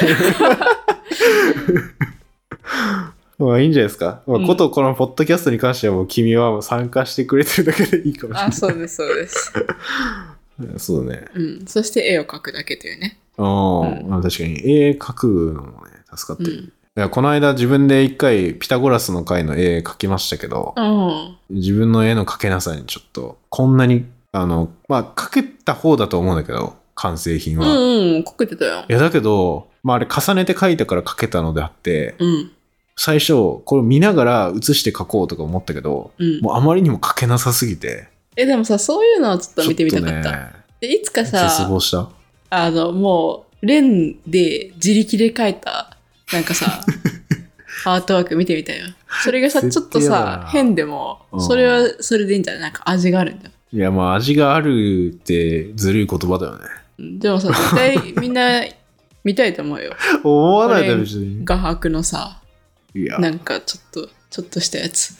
Speaker 2: まあいいんじゃないですか。まあ、
Speaker 1: うん
Speaker 2: ことこのポッドキャストに関してはもう君はもう参加してくれてるだけでいいかもしれ
Speaker 1: あそうですそうです
Speaker 2: ない。そうだね。
Speaker 1: うん、そして絵を描くだけというね。
Speaker 2: あー、
Speaker 1: う
Speaker 2: まあ確かに。絵描くのもね、助かって
Speaker 1: う
Speaker 2: る。
Speaker 1: ん。
Speaker 2: いやこの間自分で一回ピタゴラスの回の絵描きましたけど、
Speaker 1: あ
Speaker 2: 自分の絵の描けなさにちょっと、こんなに、あの、まあ描けた方だと思うんだけど、完成品
Speaker 1: あう
Speaker 2: は。い
Speaker 1: んうん、こけてたよ。
Speaker 2: やだけど、まああれ重ねて描いたから描けたのであって、
Speaker 1: うん、
Speaker 2: 最初これ見ながら写して描こうとか思ったけど、
Speaker 1: うん。
Speaker 2: もうあまりにも描けなさすぎて、
Speaker 1: え、でもさ、そういうのをちょっ
Speaker 2: ちょ
Speaker 1: と見てみたかっ
Speaker 2: と
Speaker 1: た。
Speaker 2: ね、
Speaker 1: でいつか
Speaker 2: 絶
Speaker 1: さ、
Speaker 2: 望した。
Speaker 1: あの、もう、レンで自力で描いた、なんか さ、アートワーク見てみたいよ。それがさ、ちょっと
Speaker 2: 絶対やだ
Speaker 1: さ
Speaker 2: な、
Speaker 1: 変でも
Speaker 2: う、ん
Speaker 1: それはそれでいいんじゃないなんか味があるんだよ。
Speaker 2: いやまあ味があるってずるい言葉だよね。
Speaker 1: うんでもさ、絶対みんな見たいと思うよ。
Speaker 2: 思わないだろ
Speaker 1: これ
Speaker 2: 別に。
Speaker 1: 画伯のさ、
Speaker 2: いや、
Speaker 1: なんかちょっと、ちょっとしたやつ。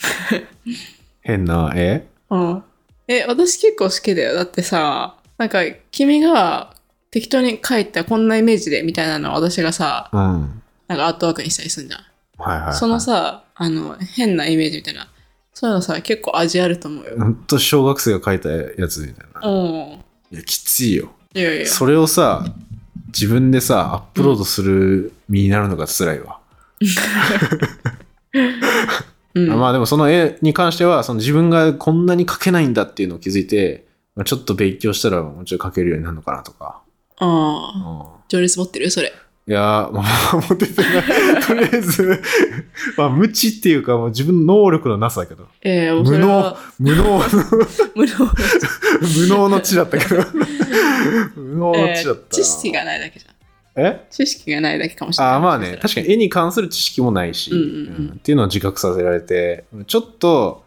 Speaker 2: 変な絵
Speaker 1: うん。え、私結構好きだよ。だってさ、なんか君が適当に書いたこんなイメージでみたいなのを私がさ、
Speaker 2: うん。はい
Speaker 1: なんかアートワークにしたりするじゃん。
Speaker 2: はい、はい。
Speaker 1: そのさ、あの、変なイメージみたいな。そういうのさ、結構味あると思うよ。
Speaker 2: ほんと小学生が描いたやつみたいな。
Speaker 1: うん。
Speaker 2: いや、きついよ。
Speaker 1: いやいや。
Speaker 2: それをさ、自分でさ、アップロードする身になるのが辛いわ。
Speaker 1: うん。
Speaker 2: まあでもその絵に関しては、その自分がこんなに描けないんだっていうのを気づいて、まあちょっと勉強したらもうちょい描けるようになるのかなとか。うん
Speaker 1: ああ。情熱持ってるそれ。
Speaker 2: いやー、まあ、持っててない。 とりあえず、 まあ、無知っていうか、もう自分の能力のなさだけど、
Speaker 1: えー、
Speaker 2: 無
Speaker 1: それ
Speaker 2: 能
Speaker 1: は、
Speaker 2: 無能、
Speaker 1: 無能。
Speaker 2: 無能の知だった けど、無能の知だったな、
Speaker 1: えー知識がないだけじゃん。
Speaker 2: え
Speaker 1: 知識がないだけかもしれない。
Speaker 2: あーまあね確かに絵に関する知識もないし、
Speaker 1: うんうんうん
Speaker 2: うんっていうのを自覚させられてちょっと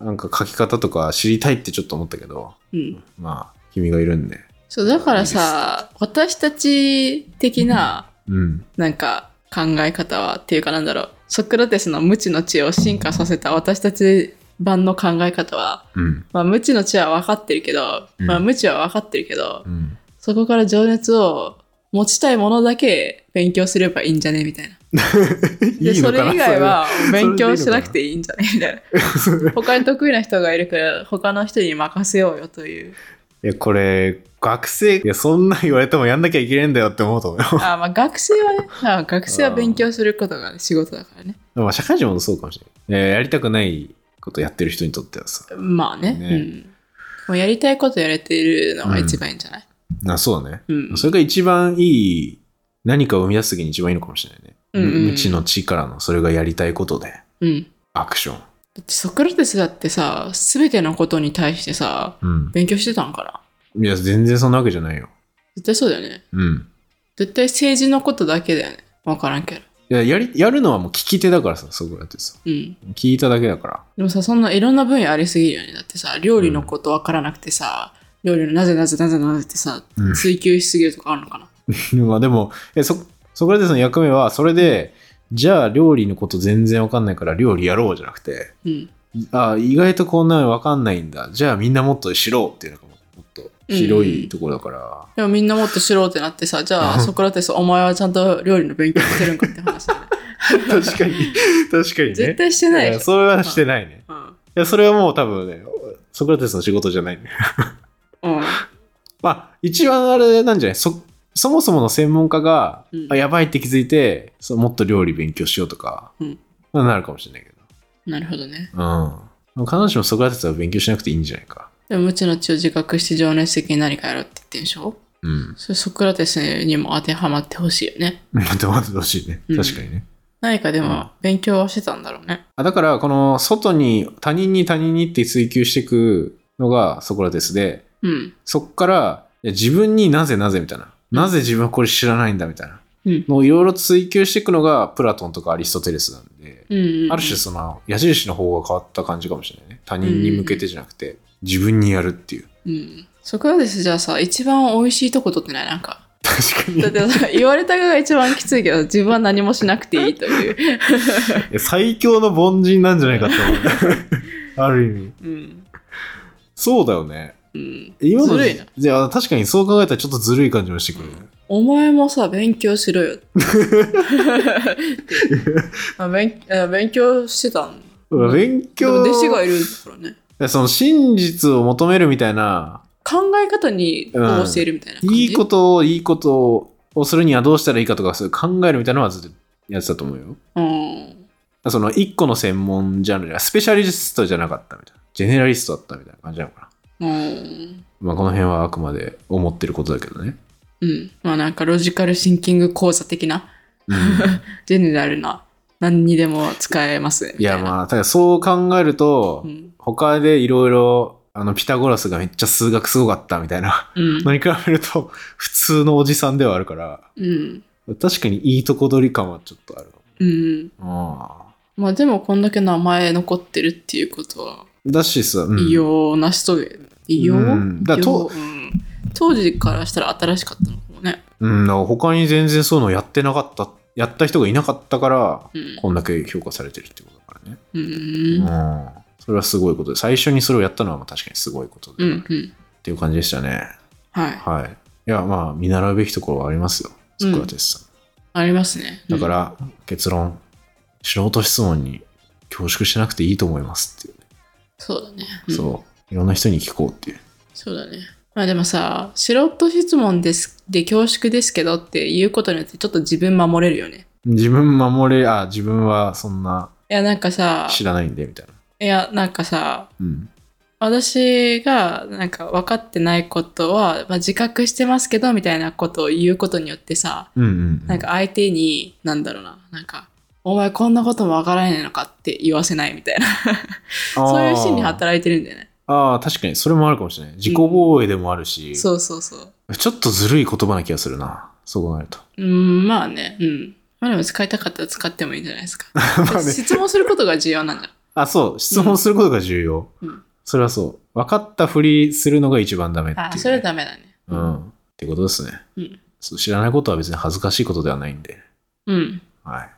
Speaker 2: なんか書き方とか知りたいってちょっと思ったけど
Speaker 1: に。うん。
Speaker 2: まあ君がいるんで
Speaker 1: そう、だからさ、私たち的な、
Speaker 2: うん
Speaker 1: なんか考え方はっていうかなんだろうソクラテスの無知の知を進化させた私たち版の考え方は、
Speaker 2: うん
Speaker 1: まあ、無知の知は分かってるけど、
Speaker 2: うん
Speaker 1: まあ、無知は分かってるけど、
Speaker 2: うん
Speaker 1: そこから情熱を持ちたいものだけ勉強すればいいんじゃねみたいな。で
Speaker 2: いいの
Speaker 1: そ
Speaker 2: かな
Speaker 1: れ以外は勉強
Speaker 2: そ
Speaker 1: し
Speaker 2: れでいいのかな
Speaker 1: なくていいんじゃねみたいな。
Speaker 2: それ
Speaker 1: 他に得意な人がいるから他の人に任せようよと いう。
Speaker 2: いやこれ学生いやそんなん言われてもやんなきゃいけないんだよって思うと思うよ
Speaker 1: あまあ学生はね、まあ学生は勉強することが仕事だからね。
Speaker 2: まあ社会人もそうかもしれないいややりたくないことやってる人にとってはさ
Speaker 1: まあね。
Speaker 2: ね
Speaker 1: うん。もうやりたいことやれてるのが一番いいんじゃない、
Speaker 2: あそうだね、
Speaker 1: うん、
Speaker 2: それが一番いい何かを生み出す時に一番いいのかもしれない
Speaker 1: うんう
Speaker 2: ね、
Speaker 1: ん
Speaker 2: 無知の知からのそれがやりたいことで
Speaker 1: うん。だ
Speaker 2: アクション
Speaker 1: ってソクラテスだってさ、すべてのことに対してさ、
Speaker 2: うん。
Speaker 1: 勉強してたんかない
Speaker 2: や、全然そんなわけじゃないよ。
Speaker 1: 絶対そうだよね。
Speaker 2: うん。
Speaker 1: 絶対政治のことだけだよね。わからんけど。
Speaker 2: いややりやるのはもう聞き手だからさ、ソクラテス
Speaker 1: う
Speaker 2: は。
Speaker 1: ん。
Speaker 2: 聞いただけだから。
Speaker 1: でもさ、そんないろんな分野ありすぎるよね。だってさ、料理のことわからなくてさ、料理のなぜなぜなぜなぜってさ、
Speaker 2: うん
Speaker 1: 追求しすぎるとかあるのかな。
Speaker 2: まあでもえソソクラテスの役目はそれでじゃあ料理のこと全然わかんないから料理やろうじゃなくて
Speaker 1: うん。
Speaker 2: あ意外とこんなのわかんないんだじゃあみんなもっと知ろうっていうのがもっと広いところだから、
Speaker 1: でもみんなもっと知ろうってなってさ、じゃあソクラテス、お前はちゃんと料理の勉強してるんかって話 だよね。
Speaker 2: 確かに確かにね
Speaker 1: 絶対してない
Speaker 2: い
Speaker 1: で
Speaker 2: や
Speaker 1: しょ。
Speaker 2: それはしてないね
Speaker 1: うん。
Speaker 2: いやそれはもう多分ねソクラテスの仕事じゃないね
Speaker 1: うん。
Speaker 2: まあ一番あれなんじゃないそそもそもの専門家が、
Speaker 1: うん
Speaker 2: あやばいって気づいてそうもっと料理勉強しようとか、
Speaker 1: うん
Speaker 2: なるかもしれないけど
Speaker 1: なるほどね。
Speaker 2: うん。必ずしもソクラテスは勉強しなくていいんじゃないか。
Speaker 1: でも、無知の知を自覚して情熱的に何かやろうって言ってんでしょ
Speaker 2: うん。
Speaker 1: それソクラテスにも当てはまってほしいよね。
Speaker 2: また待ってほしいね。
Speaker 1: うん
Speaker 2: 確かにね。
Speaker 1: 何かで
Speaker 2: うん
Speaker 1: も勉強はしてたんだろうね。
Speaker 2: あだから、この外に、他人に他人にって追求していくのがソクラテスで、
Speaker 1: うん。
Speaker 2: そっから、いや自分になぜなぜみたいな。なぜ自分はこれ知らないんだみたいな。
Speaker 1: うん。
Speaker 2: のをいろいろ追求していくのがプラトンとかアリストテレスなんで、
Speaker 1: うんうんうん、
Speaker 2: ある種その矢印の方が変わった感じかもしれないね。他人に向けてじゃなくて、自分にやるっていう。
Speaker 1: うん。ソクラテスじゃあさ、一番美味しいとこ取ってないなん か。
Speaker 2: 確かに
Speaker 1: だってさ言われた側が一番きついけど、自分は何もしなくていいという。
Speaker 2: いや最強の凡人なんじゃないかと 思う。ある意味。
Speaker 1: うん。
Speaker 2: そうだよね。
Speaker 1: うん。
Speaker 2: 今の
Speaker 1: ずるいな。
Speaker 2: じゃあ確かにそう考えたらちょっとずるい感じもしてくる。
Speaker 1: お前もさ、勉強しろ よ。 あ勉あ勉強してたんうん
Speaker 2: 勉
Speaker 1: でも
Speaker 2: 強
Speaker 1: 弟子がいるんだからね。
Speaker 2: その真実を求めるみたいな、
Speaker 1: 考え方にを教えるみたいな感じ、
Speaker 2: いいことをいいことをするにはどうしたらいいかとか、そういう考えるみたいなのはずっとやってたと思うよ。
Speaker 1: うん。
Speaker 2: その一個の専門ジャンルじゃ、スペシャリストじゃなかったみたいな。ジェネラリストだったみたいな感じなのかな。
Speaker 1: うん。
Speaker 2: まあこの辺はあくまで思ってることだけどね。
Speaker 1: うん。まあなんかロジカルシンキング講座的な、
Speaker 2: うん
Speaker 1: ジェネラルな、何にでも使えますね。
Speaker 2: いや
Speaker 1: あ。
Speaker 2: まあ、ただそう考えると、
Speaker 1: うん。
Speaker 2: 他でいろいろ、あの、ピタゴラスがめっちゃ数学すごかったみた いな
Speaker 1: うん
Speaker 2: の。に比べると、普通のおじさんではあるから、
Speaker 1: うん。
Speaker 2: 確かにいいとこ取り感はちょっとあるか
Speaker 1: うん。
Speaker 2: も。
Speaker 1: まあでもこんだけ名前残ってるっていうことは、
Speaker 2: うん。だしさ、うん
Speaker 1: 異様な人で、異様、
Speaker 2: うんだからと
Speaker 1: 異様うん当時からしたら新しかったのかもね。
Speaker 2: うん、だから他に全然そういうのやってなかった、やった人がいなかったから、
Speaker 1: うん。
Speaker 2: こんだけ評価されてるってことだからね。
Speaker 1: うん。
Speaker 2: うん。それはすごいことで、最初にそれをやったのはまあ確かにすごいことで、
Speaker 1: うん。う
Speaker 2: っ
Speaker 1: ん。
Speaker 2: ていう感じでしたね。
Speaker 1: はい。
Speaker 2: はい。いや、まあ、見習うべきところはありますよ。ソクラテスさん。
Speaker 1: ありますね。
Speaker 2: だから、結論、素人質問に恐縮しなくていいと思いますっていう、ね
Speaker 1: そうだね。うん
Speaker 2: そう。いろんな人に聞こうっていう。
Speaker 1: そうだね。まあでもさ、素人質問です、で恐縮ですけどって言うことによってちょっと自分守れるよね。
Speaker 2: 自分守れ、あ、自分はそんない
Speaker 1: やなんかさ、
Speaker 2: 知らないんで、みたいな。
Speaker 1: いやなんかさ、
Speaker 2: うん。
Speaker 1: 私がなんか分かってないことは、まあ、自覚してますけどみたいなことを言うことによってさ、
Speaker 2: うんうん、うん。
Speaker 1: なんか相手に、なんだろうな、なんか、お前こんなことも分からないのかって言わせないみたいな、
Speaker 2: あー、
Speaker 1: そういう心理働いてるんだよね。
Speaker 2: ああ、確かに、それもあるかもしれない。自己防衛でもあるし、
Speaker 1: そうそうそう。
Speaker 2: ちょっとずるい言葉な気がするな。そう考える と。
Speaker 1: うん、まあね、うん。まあでも使いたかったら使ってもいいんじゃない ですか。質問することが重要なんだ。
Speaker 2: あ、そう。質問することが重要。
Speaker 1: うん
Speaker 2: それはそう。分かったふりするのが一番ダメっていう、
Speaker 1: あ、それはダメだね。
Speaker 2: うん。ってことですね。
Speaker 1: うん
Speaker 2: そう知らないことは別に恥ずかしいことではないんで。
Speaker 1: うん。
Speaker 2: はい。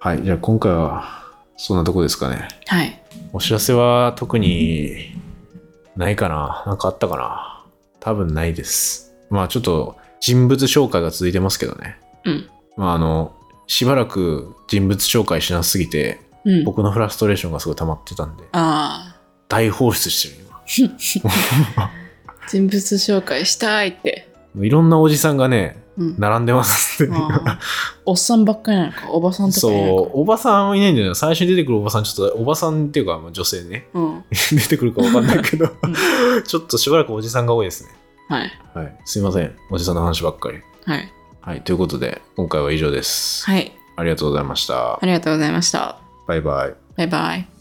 Speaker 2: はい、じゃあ今回はそんなとこですかね。
Speaker 1: はい。
Speaker 2: お知らせは特にないかななんかあったかな多分ないです。まあちょっと人物紹介が続いてますけどね。
Speaker 1: うん。
Speaker 2: まああの、しばらく人物紹介しなすぎて、
Speaker 1: うん。
Speaker 2: 僕のフラストレーションがすごい溜まってたんで、
Speaker 1: あ
Speaker 2: 大放出してる
Speaker 1: あ。人物紹介したいって。
Speaker 2: 今。いろんなおじさんがね、
Speaker 1: うん。
Speaker 2: 並んでますんで。
Speaker 1: ああおっさんばっかりなのか、おばさんとか
Speaker 2: そ
Speaker 1: いなの
Speaker 2: う
Speaker 1: か。、
Speaker 2: おばさんはいないんじゃない最初に出てくるおばさん、ちょっとおばさんっていうか、まあ女性ね、
Speaker 1: うん。
Speaker 2: 出てくるかわかんないけど、ちょっとしばらくおじさんが多いですね。
Speaker 1: はい。
Speaker 2: はい、すいません、おじさんの話ばっかり。
Speaker 1: はい。
Speaker 2: はい、ということで、今回は以上です。
Speaker 1: はい。
Speaker 2: ありがとうございました
Speaker 1: あ。りがとうございました。
Speaker 2: バイバイ。
Speaker 1: バイバイ。